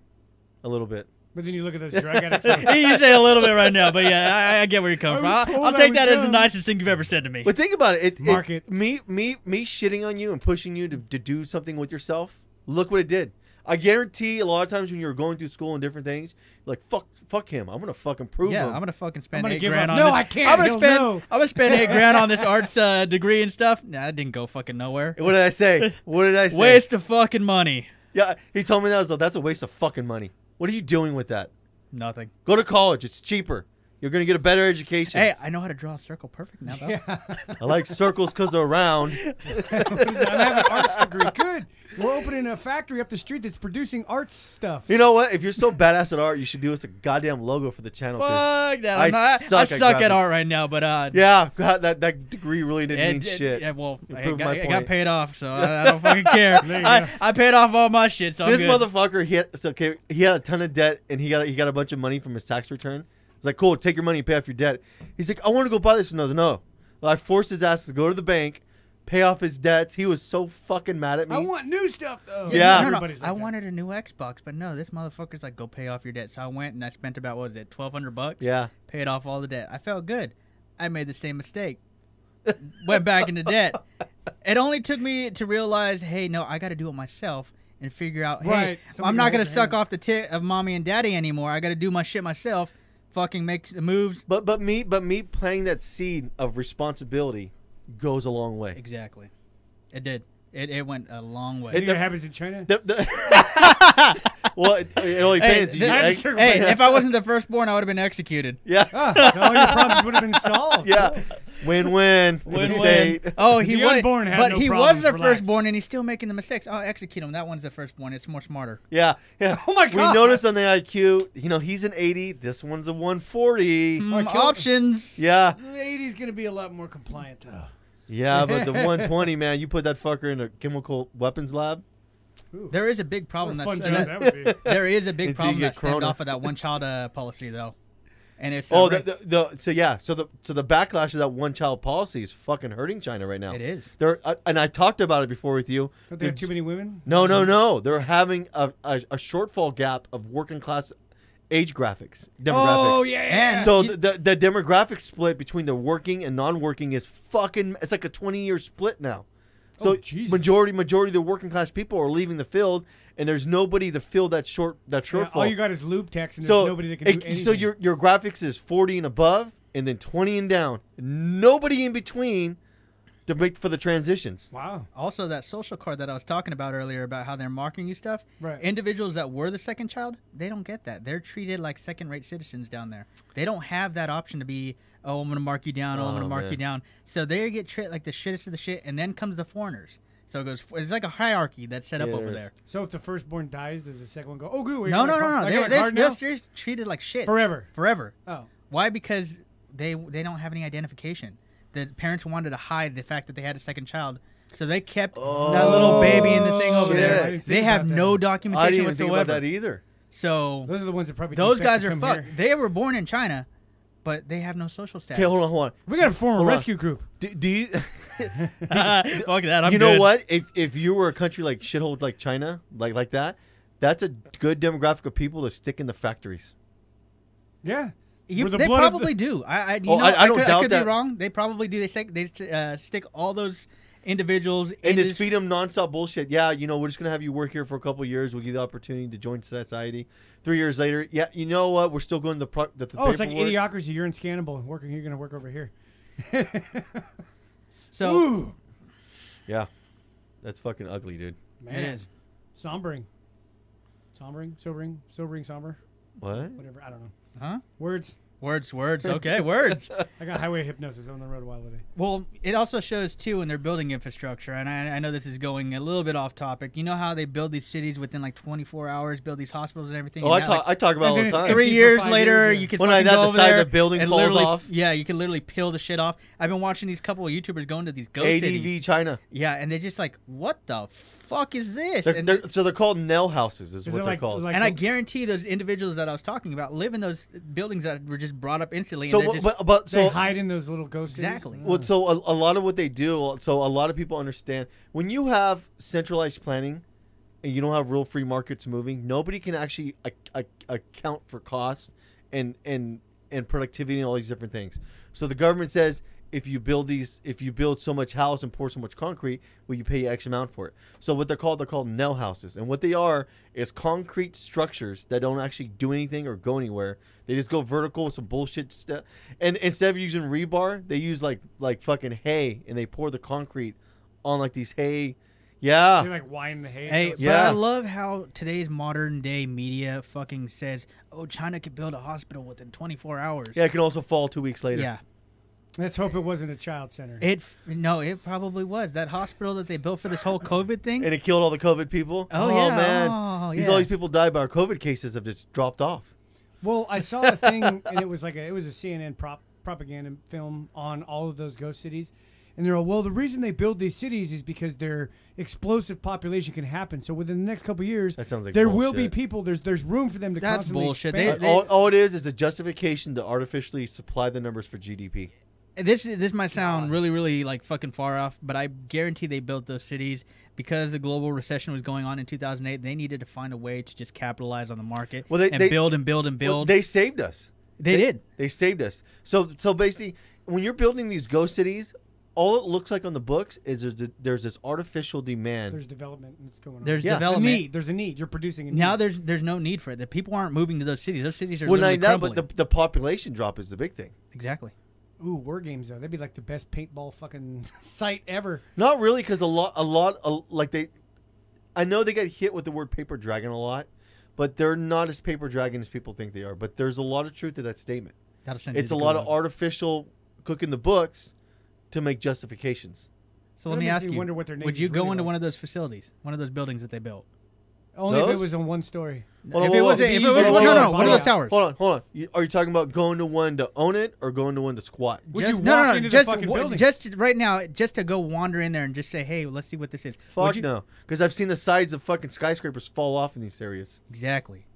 [SPEAKER 3] a little bit.
[SPEAKER 4] But then you look at those drug addicts. and-
[SPEAKER 5] you say a little bit right now, but yeah, I, I get where you're
[SPEAKER 4] I
[SPEAKER 5] coming
[SPEAKER 4] was
[SPEAKER 5] from. I'll,
[SPEAKER 4] told
[SPEAKER 5] I'll
[SPEAKER 4] I
[SPEAKER 5] take
[SPEAKER 4] was
[SPEAKER 5] that as the
[SPEAKER 4] dumb.
[SPEAKER 5] nicest thing you've ever said to me.
[SPEAKER 3] But think about it. it, it-
[SPEAKER 4] Mark it.
[SPEAKER 3] Me me me shitting on you and pushing you to, to do something with yourself. Look what it did. I guarantee a lot of times when you're going through school and different things, like fuck fuck him. I'm gonna fucking prove
[SPEAKER 5] yeah,
[SPEAKER 3] him.
[SPEAKER 5] I'm gonna fucking
[SPEAKER 4] I'm
[SPEAKER 5] spend
[SPEAKER 4] gonna
[SPEAKER 5] eight
[SPEAKER 4] give
[SPEAKER 5] grand
[SPEAKER 4] up.
[SPEAKER 5] on
[SPEAKER 4] No,
[SPEAKER 5] this.
[SPEAKER 4] I can't.
[SPEAKER 5] I'm gonna
[SPEAKER 4] He'll
[SPEAKER 5] spend.
[SPEAKER 4] know.
[SPEAKER 5] I'm gonna spend eight grand on this arts uh, degree and stuff. Nah, that didn't go fucking nowhere.
[SPEAKER 3] What did I
[SPEAKER 5] <laughs>
[SPEAKER 3] say? What did I say?
[SPEAKER 5] Waste of fucking money.
[SPEAKER 3] Yeah, he told me that I was like, that's a waste of fucking money. What are you doing with that?
[SPEAKER 5] Nothing.
[SPEAKER 3] Go to college. It's cheaper. You're gonna get a better education.
[SPEAKER 5] Hey, I know how to draw a circle perfect now. <laughs> Though.
[SPEAKER 3] I like circles because they're
[SPEAKER 5] <laughs>
[SPEAKER 3] round.
[SPEAKER 4] I'm having an arts degree. Good. We're opening a factory up the street that's producing arts stuff.
[SPEAKER 3] You know what? If you're so badass at art, you should do us a goddamn logo for the channel. 'cause-
[SPEAKER 5] Fuck that.
[SPEAKER 3] I
[SPEAKER 5] I'm not-
[SPEAKER 3] suck at
[SPEAKER 5] I suck
[SPEAKER 3] graphics.
[SPEAKER 5] at art right now, but uh,
[SPEAKER 3] Yeah, God, that that degree really didn't
[SPEAKER 5] It-
[SPEAKER 3] mean
[SPEAKER 5] it-
[SPEAKER 3] shit.
[SPEAKER 5] Yeah, well, I
[SPEAKER 3] Improved
[SPEAKER 5] got,
[SPEAKER 3] my
[SPEAKER 5] I
[SPEAKER 3] point.
[SPEAKER 5] got paid off, so
[SPEAKER 3] <laughs>
[SPEAKER 5] I, I don't fucking care. I, I paid off all my shit, so I'm
[SPEAKER 3] this
[SPEAKER 5] good.
[SPEAKER 3] motherfucker, he had so okay, he had a ton of debt and he got he got a bunch of money from his tax return. He's like, cool, take your money and pay off your debt. He's like, I want to go buy this. And I was no. Well, I forced his ass to go to the bank, pay off his debts. He was so fucking mad at me.
[SPEAKER 4] I want new stuff though.
[SPEAKER 3] Yeah.
[SPEAKER 5] No, no,
[SPEAKER 4] Everybody's like
[SPEAKER 5] I
[SPEAKER 4] that.
[SPEAKER 5] wanted a new Xbox, but no, this motherfucker's like, go pay off your debt. So I went and I spent about what was it, twelve hundred bucks?
[SPEAKER 3] yeah.
[SPEAKER 5] Paid off all the debt. I felt good. I made the same mistake. went back into debt. It only took me to realize, hey, no, I got to do it myself and figure out, hey,
[SPEAKER 4] Right.
[SPEAKER 5] I'm
[SPEAKER 4] Somebody
[SPEAKER 5] not
[SPEAKER 4] hold
[SPEAKER 5] gonna
[SPEAKER 4] your
[SPEAKER 5] suck
[SPEAKER 4] hand.
[SPEAKER 5] off the tit of mommy and daddy anymore. I got to do my shit myself. Fucking make the moves.
[SPEAKER 3] But but me but me playing that seed of responsibility goes a long way.
[SPEAKER 5] Exactly. It did. It, it went a long way.
[SPEAKER 4] You think
[SPEAKER 3] the-
[SPEAKER 4] it happens in China.
[SPEAKER 3] The-
[SPEAKER 5] <laughs>
[SPEAKER 3] the- well, it, it only
[SPEAKER 5] Hey,
[SPEAKER 3] depends.
[SPEAKER 5] th-
[SPEAKER 3] You-
[SPEAKER 4] I'm
[SPEAKER 3] I-
[SPEAKER 4] circle-
[SPEAKER 5] hey, if I wasn't the firstborn, I would have been executed.
[SPEAKER 3] yeah,
[SPEAKER 4] Ah, so all your problems would have been solved.
[SPEAKER 3] yeah. Win-win for the state.
[SPEAKER 5] Oh,
[SPEAKER 4] <laughs>
[SPEAKER 5] he
[SPEAKER 4] The
[SPEAKER 5] was,
[SPEAKER 4] unborn had
[SPEAKER 5] but
[SPEAKER 4] no
[SPEAKER 5] he was
[SPEAKER 4] problems,
[SPEAKER 5] the
[SPEAKER 4] relax.
[SPEAKER 5] firstborn, and he's still making the mistakes. Oh, execute him. That one's the firstborn. It's more smarter.
[SPEAKER 3] Yeah, yeah.
[SPEAKER 4] <laughs> Oh my
[SPEAKER 3] We
[SPEAKER 4] God.
[SPEAKER 3] noticed on the IQ, you know, he's an 80. This one's a 140.
[SPEAKER 5] Mm,
[SPEAKER 4] kill him.
[SPEAKER 5] options.
[SPEAKER 3] Yeah,
[SPEAKER 4] The 80's gonna be a lot more compliant though.
[SPEAKER 3] Yeah,
[SPEAKER 4] <laughs>
[SPEAKER 3] but the 120, man, you put that fucker in a chemical weapons lab.
[SPEAKER 5] There is a big problem.
[SPEAKER 4] What a
[SPEAKER 5] That's,
[SPEAKER 4] fun job
[SPEAKER 5] that-
[SPEAKER 4] that would be.
[SPEAKER 5] <laughs> there is a big
[SPEAKER 3] Until you
[SPEAKER 5] problem
[SPEAKER 3] get
[SPEAKER 5] that stemmed
[SPEAKER 3] corona.
[SPEAKER 5] off of that one child uh, policy though, and it's
[SPEAKER 3] Oh,
[SPEAKER 5] the,
[SPEAKER 3] the, the, the so yeah, so the so the backlash of that one child policy is fucking hurting China right now.
[SPEAKER 5] it is.
[SPEAKER 3] They're I, and I talked about it before with you.
[SPEAKER 4] Don't they have too many women?
[SPEAKER 3] No, no, no. They're having a, a, a shortfall gap of working class age graphics demographics.
[SPEAKER 4] Oh yeah.
[SPEAKER 5] And
[SPEAKER 3] So
[SPEAKER 5] you-
[SPEAKER 3] the, the the demographic split between the working and non-working is fucking. It's like a twenty-year split now. So
[SPEAKER 4] Oh, Jesus.
[SPEAKER 3] majority majority of the working class people are leaving the field, and there's nobody to fill that short that
[SPEAKER 4] Yeah,
[SPEAKER 3] shortfall.
[SPEAKER 4] all you got is lube text, and there's
[SPEAKER 3] so
[SPEAKER 4] nobody that can
[SPEAKER 3] it-
[SPEAKER 4] do anything.
[SPEAKER 3] so your your graphics is forty and above, and then twenty and down. Nobody in between to make for the transitions.
[SPEAKER 4] wow.
[SPEAKER 5] Also, that social card that I was talking about earlier about how they're marking you stuff.
[SPEAKER 4] Right.
[SPEAKER 5] Individuals that were the second child, they don't get that. They're treated like second-rate citizens down there. They don't have that option to be, oh, I'm gonna mark you down. Oh, I'm gonna
[SPEAKER 3] Oh,
[SPEAKER 5] mark you
[SPEAKER 3] man.
[SPEAKER 5] down. So they get treated like the shittest of the shit, and then comes the foreigners. So it goes. It's like a hierarchy that's set up
[SPEAKER 3] Yeah, it
[SPEAKER 5] over
[SPEAKER 3] is.
[SPEAKER 5] there.
[SPEAKER 4] So if the firstborn dies, does the second one go? Oh, good. we got a
[SPEAKER 5] No, no,
[SPEAKER 4] car-
[SPEAKER 5] no, no.
[SPEAKER 4] I
[SPEAKER 5] They're,
[SPEAKER 4] got a
[SPEAKER 5] they're,
[SPEAKER 4] card
[SPEAKER 5] they're,
[SPEAKER 4] now?
[SPEAKER 5] they're treated like shit
[SPEAKER 4] forever.
[SPEAKER 5] Forever.
[SPEAKER 4] Oh,
[SPEAKER 5] Why? Because they they don't have any identification. The parents wanted to hide the fact that they had a second child, so they kept that little baby in the thing over
[SPEAKER 3] Oh, shit. I
[SPEAKER 5] there.
[SPEAKER 4] didn't
[SPEAKER 5] They
[SPEAKER 4] think
[SPEAKER 5] have
[SPEAKER 4] about that.
[SPEAKER 5] no
[SPEAKER 3] I
[SPEAKER 5] documentation
[SPEAKER 3] didn't even think about that e-
[SPEAKER 5] whatsoever.
[SPEAKER 3] either.
[SPEAKER 5] So
[SPEAKER 4] those are the ones that probably.
[SPEAKER 5] those
[SPEAKER 4] defect
[SPEAKER 5] guys
[SPEAKER 4] to
[SPEAKER 5] are
[SPEAKER 4] come
[SPEAKER 5] fucked.
[SPEAKER 4] here.
[SPEAKER 5] They were born in China, but they have no social status.
[SPEAKER 3] Okay, hold on, hold on.
[SPEAKER 4] We got to form a
[SPEAKER 3] Hold on.
[SPEAKER 4] rescue group.
[SPEAKER 3] Do, do you <laughs>
[SPEAKER 5] <laughs> Fuck that. I'm
[SPEAKER 3] you know
[SPEAKER 5] good.
[SPEAKER 3] what? If if you were a country like shithole like China, like like that, that's a good demographic of people to stick in the factories.
[SPEAKER 4] Yeah.
[SPEAKER 5] You,
[SPEAKER 4] We're the
[SPEAKER 5] they
[SPEAKER 4] blood of the-
[SPEAKER 5] probably do. I, I, you
[SPEAKER 3] Oh,
[SPEAKER 5] know,
[SPEAKER 3] I- I
[SPEAKER 5] I,
[SPEAKER 3] don't
[SPEAKER 5] could,
[SPEAKER 3] doubt
[SPEAKER 5] I could
[SPEAKER 3] that.
[SPEAKER 5] be wrong. They probably do. They stick, they uh, stick all those individuals
[SPEAKER 3] And
[SPEAKER 5] into
[SPEAKER 3] just feed them nonstop bullshit. Yeah, you know, we're just gonna have you work here for a couple of years. We'll give you the opportunity to join society. Three years later, yeah, you know what? We're still going to the, pro- the, the
[SPEAKER 4] Oh, it's like
[SPEAKER 3] paperwork.
[SPEAKER 4] idiocracy. You're unscannable. Working, you're gonna work over here.
[SPEAKER 5] So
[SPEAKER 4] Ooh,
[SPEAKER 3] Yeah, that's fucking ugly, dude.
[SPEAKER 4] man,
[SPEAKER 5] it is.
[SPEAKER 4] sombering, sombering, sobering, sobering, somber,
[SPEAKER 3] What?
[SPEAKER 4] whatever. I don't know.
[SPEAKER 5] Huh?
[SPEAKER 4] Words.
[SPEAKER 5] Words, words. Okay, words.
[SPEAKER 4] I got highway hypnosis on the road a while today.
[SPEAKER 5] Well, it also shows too when they're building infrastructure, and I, I know this is going a little bit off topic. You know how they build these cities within like 24 hours, build these hospitals and everything.
[SPEAKER 3] Oh,
[SPEAKER 5] and
[SPEAKER 3] I
[SPEAKER 5] that,
[SPEAKER 3] talk.
[SPEAKER 5] like,
[SPEAKER 3] I talk about all
[SPEAKER 4] And
[SPEAKER 3] the
[SPEAKER 4] then it's
[SPEAKER 3] time.
[SPEAKER 5] three
[SPEAKER 4] for
[SPEAKER 5] years
[SPEAKER 4] five
[SPEAKER 5] later,
[SPEAKER 4] years, yeah.
[SPEAKER 5] you can
[SPEAKER 3] When
[SPEAKER 5] fucking
[SPEAKER 3] I- that
[SPEAKER 5] go
[SPEAKER 3] the
[SPEAKER 5] over
[SPEAKER 3] side of
[SPEAKER 5] there
[SPEAKER 3] the building
[SPEAKER 5] and
[SPEAKER 3] falls
[SPEAKER 5] literally-
[SPEAKER 3] off.
[SPEAKER 5] Yeah, you can literally peel the shit off. I've been watching these couple of YouTubers going to these ghost
[SPEAKER 3] ADV
[SPEAKER 5] cities.
[SPEAKER 3] China.
[SPEAKER 5] Yeah, and they're just like, "What the fuck is this?"
[SPEAKER 3] They're, <laughs>
[SPEAKER 5] and
[SPEAKER 3] they're, so they're called nail houses, is,
[SPEAKER 4] it
[SPEAKER 3] what they're
[SPEAKER 4] like-
[SPEAKER 3] called.
[SPEAKER 4] like-
[SPEAKER 5] and I guarantee those individuals that I was talking about live in those buildings that were just brought up instantly.
[SPEAKER 3] so,
[SPEAKER 5] and they're
[SPEAKER 3] what-
[SPEAKER 5] just,
[SPEAKER 3] but, but so
[SPEAKER 4] They hide in those little ghost cities.
[SPEAKER 5] Exactly.
[SPEAKER 4] Mm.
[SPEAKER 3] Well, so a, a lot of what they do, so a lot of people understand when you have centralized planning and you don't have real free markets moving, nobody can actually ac- ac- account for cost and and and productivity and all these different things. So the government says if you build these, if you build so much house and pour so much concrete, will you pay X amount for it? So what they're called, they're called nail houses, and what they are is concrete structures that don't actually do anything or go anywhere. They just go vertical with some bullshit stuff. And instead of using rebar, they use like like fucking hay, and they pour the concrete on like these hay. Yeah,
[SPEAKER 4] They like wind the hay.
[SPEAKER 5] Hey,
[SPEAKER 4] so-
[SPEAKER 5] but I
[SPEAKER 3] Yeah.
[SPEAKER 5] love how today's modern day media fucking says, "Oh, China could build a hospital within 24 hours."
[SPEAKER 3] Yeah, it can also fall two weeks later.
[SPEAKER 5] yeah.
[SPEAKER 4] Let's hope it wasn't a child center.
[SPEAKER 5] It f- no, it probably was that hospital that they built for
[SPEAKER 3] <laughs>
[SPEAKER 5] this whole COVID thing.
[SPEAKER 3] And it killed all the COVID people.
[SPEAKER 5] Oh, yeah.
[SPEAKER 3] man.
[SPEAKER 5] Oh,
[SPEAKER 3] These all these
[SPEAKER 5] yes.
[SPEAKER 3] people died by our COVID cases have just dropped off.
[SPEAKER 4] Well, I saw a thing, and it was like a, it was a CNN prop propaganda film on all of those ghost cities, and they're all well. The reason they build these cities is because their explosive population can happen. So within the next couple of years,
[SPEAKER 3] That sounds like
[SPEAKER 4] there will be
[SPEAKER 3] bullshit.
[SPEAKER 4] people. There's there's room for them to
[SPEAKER 5] That's
[SPEAKER 4] constantly
[SPEAKER 5] bullshit.
[SPEAKER 4] expand.
[SPEAKER 5] They-
[SPEAKER 3] Uh, all, all it is is a justification to artificially supply the numbers for GDP.
[SPEAKER 5] this is- this might sound really really like fucking far off, but I guarantee they built those cities because the global recession was going on in 2008. They needed to find a way to just capitalize on the market
[SPEAKER 3] Well, they-
[SPEAKER 5] and
[SPEAKER 3] they-
[SPEAKER 5] build and build and
[SPEAKER 3] Well,
[SPEAKER 5] build.
[SPEAKER 3] they saved us.
[SPEAKER 5] They did.
[SPEAKER 3] They saved us. So so basically, when you're building these ghost cities, all it looks like on the books is there's, th- there's this artificial demand.
[SPEAKER 4] There's development that's going on.
[SPEAKER 5] there's
[SPEAKER 3] Yeah.
[SPEAKER 4] a
[SPEAKER 5] development.
[SPEAKER 4] need. There's a need. You're producing a need.
[SPEAKER 5] Now there's there's no need for it. The people aren't moving to those cities. Those cities are
[SPEAKER 3] well,
[SPEAKER 5] literally
[SPEAKER 3] not that, but the,
[SPEAKER 5] crumbling.
[SPEAKER 3] the population drop is the big thing.
[SPEAKER 5] exactly.
[SPEAKER 4] ooh war games though. That'd be like the best paintball fucking <laughs> site ever.
[SPEAKER 3] Not really, because a lot, a lot, a, like they, I know they get hit with the word paper dragon a lot, but they're not as paper dragon as people think they are. But there's a lot of truth to that statement.
[SPEAKER 5] That'll send you
[SPEAKER 3] It's
[SPEAKER 5] to
[SPEAKER 3] a
[SPEAKER 5] the
[SPEAKER 3] lot of
[SPEAKER 5] gulag.
[SPEAKER 3] artificial cooking the books to make justifications.
[SPEAKER 5] So let
[SPEAKER 4] That
[SPEAKER 5] me
[SPEAKER 4] makes
[SPEAKER 5] ask
[SPEAKER 4] me
[SPEAKER 5] you:
[SPEAKER 4] wonder what their
[SPEAKER 5] Would
[SPEAKER 4] natives
[SPEAKER 5] you go
[SPEAKER 4] really
[SPEAKER 5] into
[SPEAKER 4] like.
[SPEAKER 5] one of those facilities, one of those buildings that they built?
[SPEAKER 4] Only if it
[SPEAKER 3] Those?
[SPEAKER 4] was on one story.
[SPEAKER 3] Hold on,
[SPEAKER 5] if it
[SPEAKER 3] hold
[SPEAKER 5] was,
[SPEAKER 3] on.
[SPEAKER 5] if it
[SPEAKER 4] These
[SPEAKER 5] was,
[SPEAKER 4] are
[SPEAKER 5] no, no,
[SPEAKER 4] all
[SPEAKER 5] no, one of those
[SPEAKER 4] bought.
[SPEAKER 5] towers.
[SPEAKER 3] Hold on, hold on. You- Are you talking about going to one to own it or going to one to squat?
[SPEAKER 4] Would
[SPEAKER 5] Just-
[SPEAKER 4] you
[SPEAKER 5] no,
[SPEAKER 4] walk
[SPEAKER 5] no, no,
[SPEAKER 4] into the
[SPEAKER 5] just,
[SPEAKER 4] fucking
[SPEAKER 5] wa-
[SPEAKER 4] building?
[SPEAKER 5] just right now, just to go wander in there and just say, "Hey, let's see what this is." Would
[SPEAKER 3] Fuck
[SPEAKER 5] you-
[SPEAKER 3] no, because I've seen the sides of fucking skyscrapers fall off in these areas.
[SPEAKER 5] Exactly.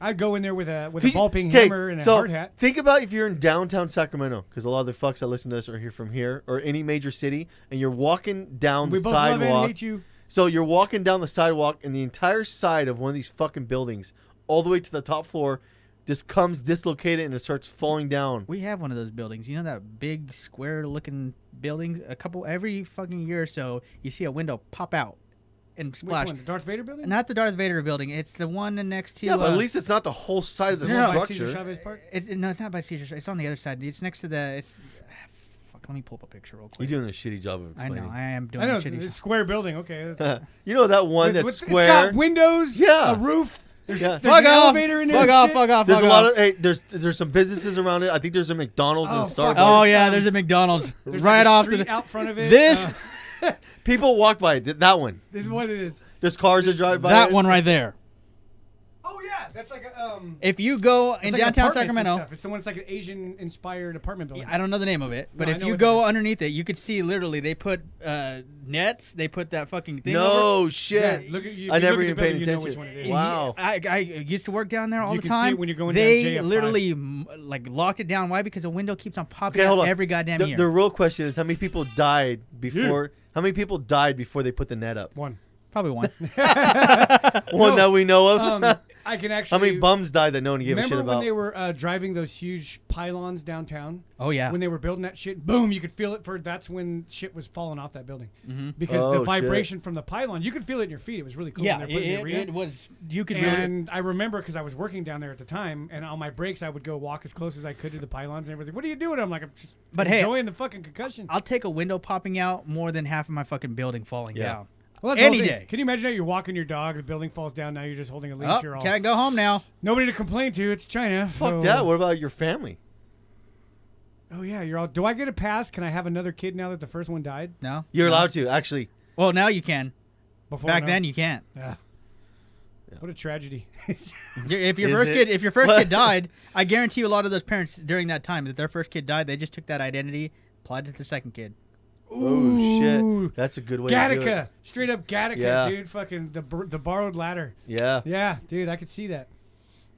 [SPEAKER 4] I'd go in there with a with
[SPEAKER 3] Could
[SPEAKER 4] a
[SPEAKER 3] you-
[SPEAKER 4] ball peen
[SPEAKER 3] 'kay,
[SPEAKER 4] hammer and a
[SPEAKER 3] so
[SPEAKER 4] hard hat.
[SPEAKER 3] Think about if you're in downtown Sacramento, because a lot of the fucks that listen to us are here from here or any major city, and you're walking down
[SPEAKER 4] We
[SPEAKER 3] the
[SPEAKER 4] both love it and
[SPEAKER 3] sidewalk.
[SPEAKER 4] hate you.
[SPEAKER 3] So you're walking down the sidewalk, and the entire side of one of these fucking buildings, all the way to the top floor, just comes dislocated and it starts falling down.
[SPEAKER 5] We have one of those buildings. You know that big square-looking building. A couple every fucking year or so, you see a window pop out and
[SPEAKER 4] Which
[SPEAKER 5] splash.
[SPEAKER 4] one? The Darth Vader building?
[SPEAKER 5] Not the Darth Vader building. It's the one next to.
[SPEAKER 3] Yeah, but
[SPEAKER 5] uh,
[SPEAKER 3] at least it's not the whole side of the
[SPEAKER 4] The one by Cesar
[SPEAKER 3] structure.
[SPEAKER 4] Chavez Park?
[SPEAKER 5] It's, no, it's not by Caesar. It's on the other side. It's next to the. It's, ah, fuck. Let me pull up a picture real
[SPEAKER 3] You're
[SPEAKER 5] quick.
[SPEAKER 3] doing a shitty job of
[SPEAKER 5] I
[SPEAKER 3] explaining.
[SPEAKER 5] know. I am doing
[SPEAKER 4] I know
[SPEAKER 5] a shitty
[SPEAKER 4] it's
[SPEAKER 5] job.
[SPEAKER 4] square building.
[SPEAKER 3] <laughs>
[SPEAKER 4] Okay, that's,
[SPEAKER 3] you know that one
[SPEAKER 4] with-
[SPEAKER 3] that's
[SPEAKER 4] with-
[SPEAKER 3] square.
[SPEAKER 4] It's got windows.
[SPEAKER 3] Yeah.
[SPEAKER 4] a roof. There's,
[SPEAKER 3] Yeah.
[SPEAKER 4] there's
[SPEAKER 5] Fuck
[SPEAKER 4] an
[SPEAKER 5] off!
[SPEAKER 4] elevator in there.
[SPEAKER 5] Fuck
[SPEAKER 4] and
[SPEAKER 5] off!
[SPEAKER 4] shit.
[SPEAKER 5] Fuck off!
[SPEAKER 3] There's
[SPEAKER 5] fuck
[SPEAKER 3] a lot
[SPEAKER 5] off.
[SPEAKER 3] of hey. There's there's some businesses around it. I think there's a McDonald's and
[SPEAKER 4] Oh,
[SPEAKER 3] a
[SPEAKER 4] fuck.
[SPEAKER 3] Starbucks.
[SPEAKER 5] Oh yeah, there's a McDonald's
[SPEAKER 4] There's
[SPEAKER 5] right
[SPEAKER 4] like a
[SPEAKER 5] off
[SPEAKER 4] street
[SPEAKER 5] to the.
[SPEAKER 4] out front of it.
[SPEAKER 5] This-
[SPEAKER 4] uh,
[SPEAKER 3] <laughs> People walk by it. th- That one.
[SPEAKER 4] this is what it is.
[SPEAKER 3] There's cars that drive by.
[SPEAKER 5] That
[SPEAKER 3] it.
[SPEAKER 5] one right there.
[SPEAKER 4] Oh yeah, that's like a um.
[SPEAKER 5] If you go in
[SPEAKER 4] it's like
[SPEAKER 5] downtown
[SPEAKER 4] apartments and
[SPEAKER 5] Sacramento,
[SPEAKER 4] stuff. It's the one that's like an Asian-inspired apartment building.
[SPEAKER 5] I don't know the name of it, but
[SPEAKER 4] No, I
[SPEAKER 5] if
[SPEAKER 4] know
[SPEAKER 5] you
[SPEAKER 4] what
[SPEAKER 5] go
[SPEAKER 4] it is.
[SPEAKER 5] underneath it, you could see literally they put uh, nets. They put that fucking thing. over.
[SPEAKER 3] No
[SPEAKER 4] Yeah,
[SPEAKER 3] shit.
[SPEAKER 4] look at you.
[SPEAKER 3] I
[SPEAKER 4] if you
[SPEAKER 3] never
[SPEAKER 4] look at
[SPEAKER 3] even
[SPEAKER 4] the
[SPEAKER 3] paid
[SPEAKER 4] building,
[SPEAKER 3] attention.
[SPEAKER 4] You know which one it is.
[SPEAKER 3] Wow.
[SPEAKER 5] I, I used to work down there all
[SPEAKER 4] You
[SPEAKER 5] the
[SPEAKER 4] can see
[SPEAKER 5] time.
[SPEAKER 4] it when you're going down
[SPEAKER 5] they
[SPEAKER 4] JF5.
[SPEAKER 5] literally m- like locked it down. Why? Because a window keeps on popping
[SPEAKER 3] Okay,
[SPEAKER 5] out
[SPEAKER 3] hold on.
[SPEAKER 5] every goddamn
[SPEAKER 3] the,
[SPEAKER 5] year.
[SPEAKER 3] the real question is how many people died before? How many people died before they put the net up?
[SPEAKER 4] One.
[SPEAKER 5] Probably
[SPEAKER 4] <laughs>
[SPEAKER 5] one.
[SPEAKER 3] One that we know of.
[SPEAKER 4] Um, I
[SPEAKER 3] <laughs>
[SPEAKER 4] can
[SPEAKER 3] how
[SPEAKER 4] actually.
[SPEAKER 3] many bums died that no one gave a
[SPEAKER 4] Remember
[SPEAKER 3] shit about?
[SPEAKER 4] when they were uh, driving those huge pylons downtown?
[SPEAKER 5] Oh yeah.
[SPEAKER 4] When they were building that shit, boom! You could feel it for. That's when shit was falling off that building
[SPEAKER 5] Mm-hmm.
[SPEAKER 4] because
[SPEAKER 3] Oh,
[SPEAKER 4] the
[SPEAKER 3] shit.
[SPEAKER 4] vibration from the pylon, you could feel it in your feet. It was really cool.
[SPEAKER 5] yeah,
[SPEAKER 4] when
[SPEAKER 5] it,
[SPEAKER 4] they were putting the
[SPEAKER 5] it-
[SPEAKER 4] arena.
[SPEAKER 5] it was. You could really.
[SPEAKER 4] And I remember because I was working down there at the time, and on my breaks I would go walk as close as I could to the pylons, and everything. What are you doing? I'm like, I'm just
[SPEAKER 5] But hey-
[SPEAKER 4] enjoying the fucking concussion.
[SPEAKER 5] I'll take a window popping out more than half of my fucking building falling
[SPEAKER 3] Yeah.
[SPEAKER 5] down.
[SPEAKER 4] Well, that's the whole
[SPEAKER 5] Any
[SPEAKER 4] thing.
[SPEAKER 5] day.
[SPEAKER 4] Can you imagine that you're walking your dog, the building falls down, now you're just holding a leash.
[SPEAKER 5] Oh,
[SPEAKER 4] you're all
[SPEAKER 5] can't go home now.
[SPEAKER 4] nobody to complain to. It's China.
[SPEAKER 3] Fuck
[SPEAKER 4] so-
[SPEAKER 3] that. What about your family?
[SPEAKER 4] Oh yeah, you're all. Do I get a pass? Can I have another kid now that the first one died?
[SPEAKER 5] No.
[SPEAKER 3] You're allowed to actually.
[SPEAKER 5] Well, now you can.
[SPEAKER 4] Before
[SPEAKER 5] Back
[SPEAKER 4] no?
[SPEAKER 5] then you <laughs> can't.
[SPEAKER 4] Yeah. What a tragedy. <laughs>
[SPEAKER 5] Your- If your
[SPEAKER 3] Is
[SPEAKER 5] first
[SPEAKER 3] it?
[SPEAKER 5] kid, if your first <laughs> kid died, I guarantee you a lot of those parents during that time that their first kid died, they just took that identity, applied it to the second kid.
[SPEAKER 3] Oh
[SPEAKER 4] Ooh.
[SPEAKER 3] shit. That's a good way. To do
[SPEAKER 4] Gattaca,
[SPEAKER 3] it.
[SPEAKER 4] straight up Gattaca,
[SPEAKER 3] Yeah.
[SPEAKER 4] dude. Fucking the bor- the borrowed ladder.
[SPEAKER 3] Yeah.
[SPEAKER 4] Yeah, dude, I could see that.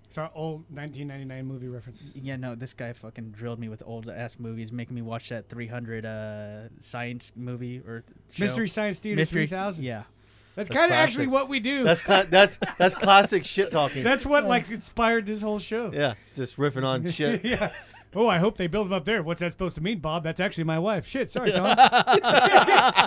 [SPEAKER 4] It's our old 1999 movie references.
[SPEAKER 5] Yeah, no, this guy fucking drilled me with old ass movies, making me watch that 300 uh, science movie or show.
[SPEAKER 4] Mystery Science Theater 3000.
[SPEAKER 5] Yeah.
[SPEAKER 4] that's,
[SPEAKER 3] That's
[SPEAKER 4] kind of
[SPEAKER 3] classic.
[SPEAKER 4] actually what we do.
[SPEAKER 3] That's
[SPEAKER 4] That's
[SPEAKER 3] cla- that's that's classic shit
[SPEAKER 4] <laughs>
[SPEAKER 3] talking.
[SPEAKER 4] what like inspired this whole show.
[SPEAKER 3] yeah. Just riffing on shit.
[SPEAKER 4] <laughs> yeah. Oh, I hope they build them up there. What's that supposed to mean, Bob? That's actually my wife. Shit, sorry, Tom.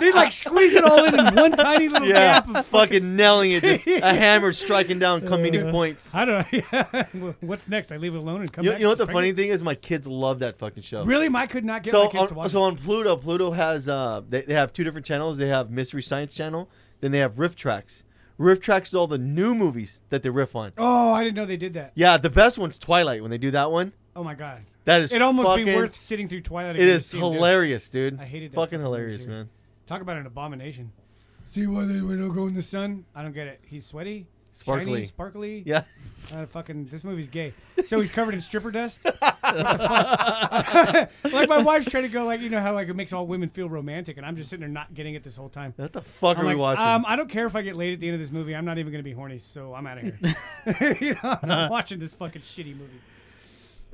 [SPEAKER 4] <laughs> they like squeeze it all in in one tiny little
[SPEAKER 3] Yeah.
[SPEAKER 4] gap of
[SPEAKER 3] fucking nailing it. Just
[SPEAKER 4] <laughs>
[SPEAKER 3] a hammer striking down comedic points.
[SPEAKER 4] I don't know. <laughs> Yeah. What's next? I leave it alone and come
[SPEAKER 3] You know,
[SPEAKER 4] back.
[SPEAKER 3] you know what
[SPEAKER 4] She's
[SPEAKER 3] the funny
[SPEAKER 4] pregnant?
[SPEAKER 3] thing is? My kids love that fucking show.
[SPEAKER 4] Really, I could not get my
[SPEAKER 3] So
[SPEAKER 4] kids to
[SPEAKER 3] on,
[SPEAKER 4] watch.
[SPEAKER 3] so
[SPEAKER 4] it.
[SPEAKER 3] on Pluto, Pluto has uh they, they have two different channels. They have Mystery Science Channel, then they have Riff Tracks. Riff Tracks is all the new movies that they riff on.
[SPEAKER 4] oh, I didn't know they did that.
[SPEAKER 3] Yeah, the best one's Twilight when they do that one.
[SPEAKER 4] Oh my god,
[SPEAKER 3] That is
[SPEAKER 4] it almost
[SPEAKER 3] fucking,
[SPEAKER 4] be worth sitting through Twilight.
[SPEAKER 3] It
[SPEAKER 4] again to
[SPEAKER 3] is
[SPEAKER 4] see 'em do
[SPEAKER 3] hilarious, dude.
[SPEAKER 4] I hated that
[SPEAKER 3] fucking
[SPEAKER 4] fucking
[SPEAKER 3] hilarious,
[SPEAKER 4] series.
[SPEAKER 3] man.
[SPEAKER 4] Talk about an abomination. See why they would go in the sun? I don't get it. He's sweaty,
[SPEAKER 3] Sparkly.
[SPEAKER 4] shiny, sparkly.
[SPEAKER 3] Yeah, <laughs>
[SPEAKER 4] Uh, fucking, this movie's gay. So he's covered in
[SPEAKER 3] <laughs>
[SPEAKER 4] stripper dust. What the fuck? <laughs> like my wife's trying to go, like you know how like it makes all women feel romantic, and I'm just sitting there not getting it this whole time.
[SPEAKER 3] what the fuck
[SPEAKER 4] I'm
[SPEAKER 3] are
[SPEAKER 4] like,
[SPEAKER 3] we watching?
[SPEAKER 4] um, I don't care if I get laid at the end of this movie. I'm not even gonna be horny, so I'm out of <laughs> here. you know, I'm not watching this fucking shitty movie.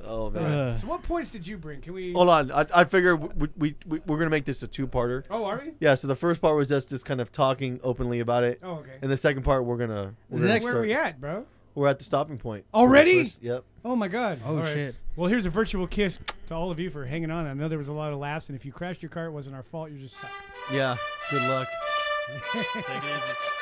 [SPEAKER 3] oh man.
[SPEAKER 4] So what points did you bring? Can we?
[SPEAKER 3] Hold on, I, I figure we, we, we we're gonna make this a two-parter.
[SPEAKER 4] Oh, are we?
[SPEAKER 3] Yeah, so the first part was us just kind of talking openly about it,
[SPEAKER 4] Oh, okay.
[SPEAKER 3] and the second part we're gonna we're gonna
[SPEAKER 5] Next-
[SPEAKER 4] Where
[SPEAKER 3] start.
[SPEAKER 4] are we at, bro?
[SPEAKER 3] We're at the stopping point
[SPEAKER 4] Already?
[SPEAKER 3] First- Yep.
[SPEAKER 4] Oh my god.
[SPEAKER 5] Oh, shit.
[SPEAKER 4] Well, here's a virtual kiss to all of you for hanging on. I know there was a lot of laughs, and if you crashed your car, it wasn't our fault. You just suck.
[SPEAKER 3] Yeah. Good luck.
[SPEAKER 6] Take it easy.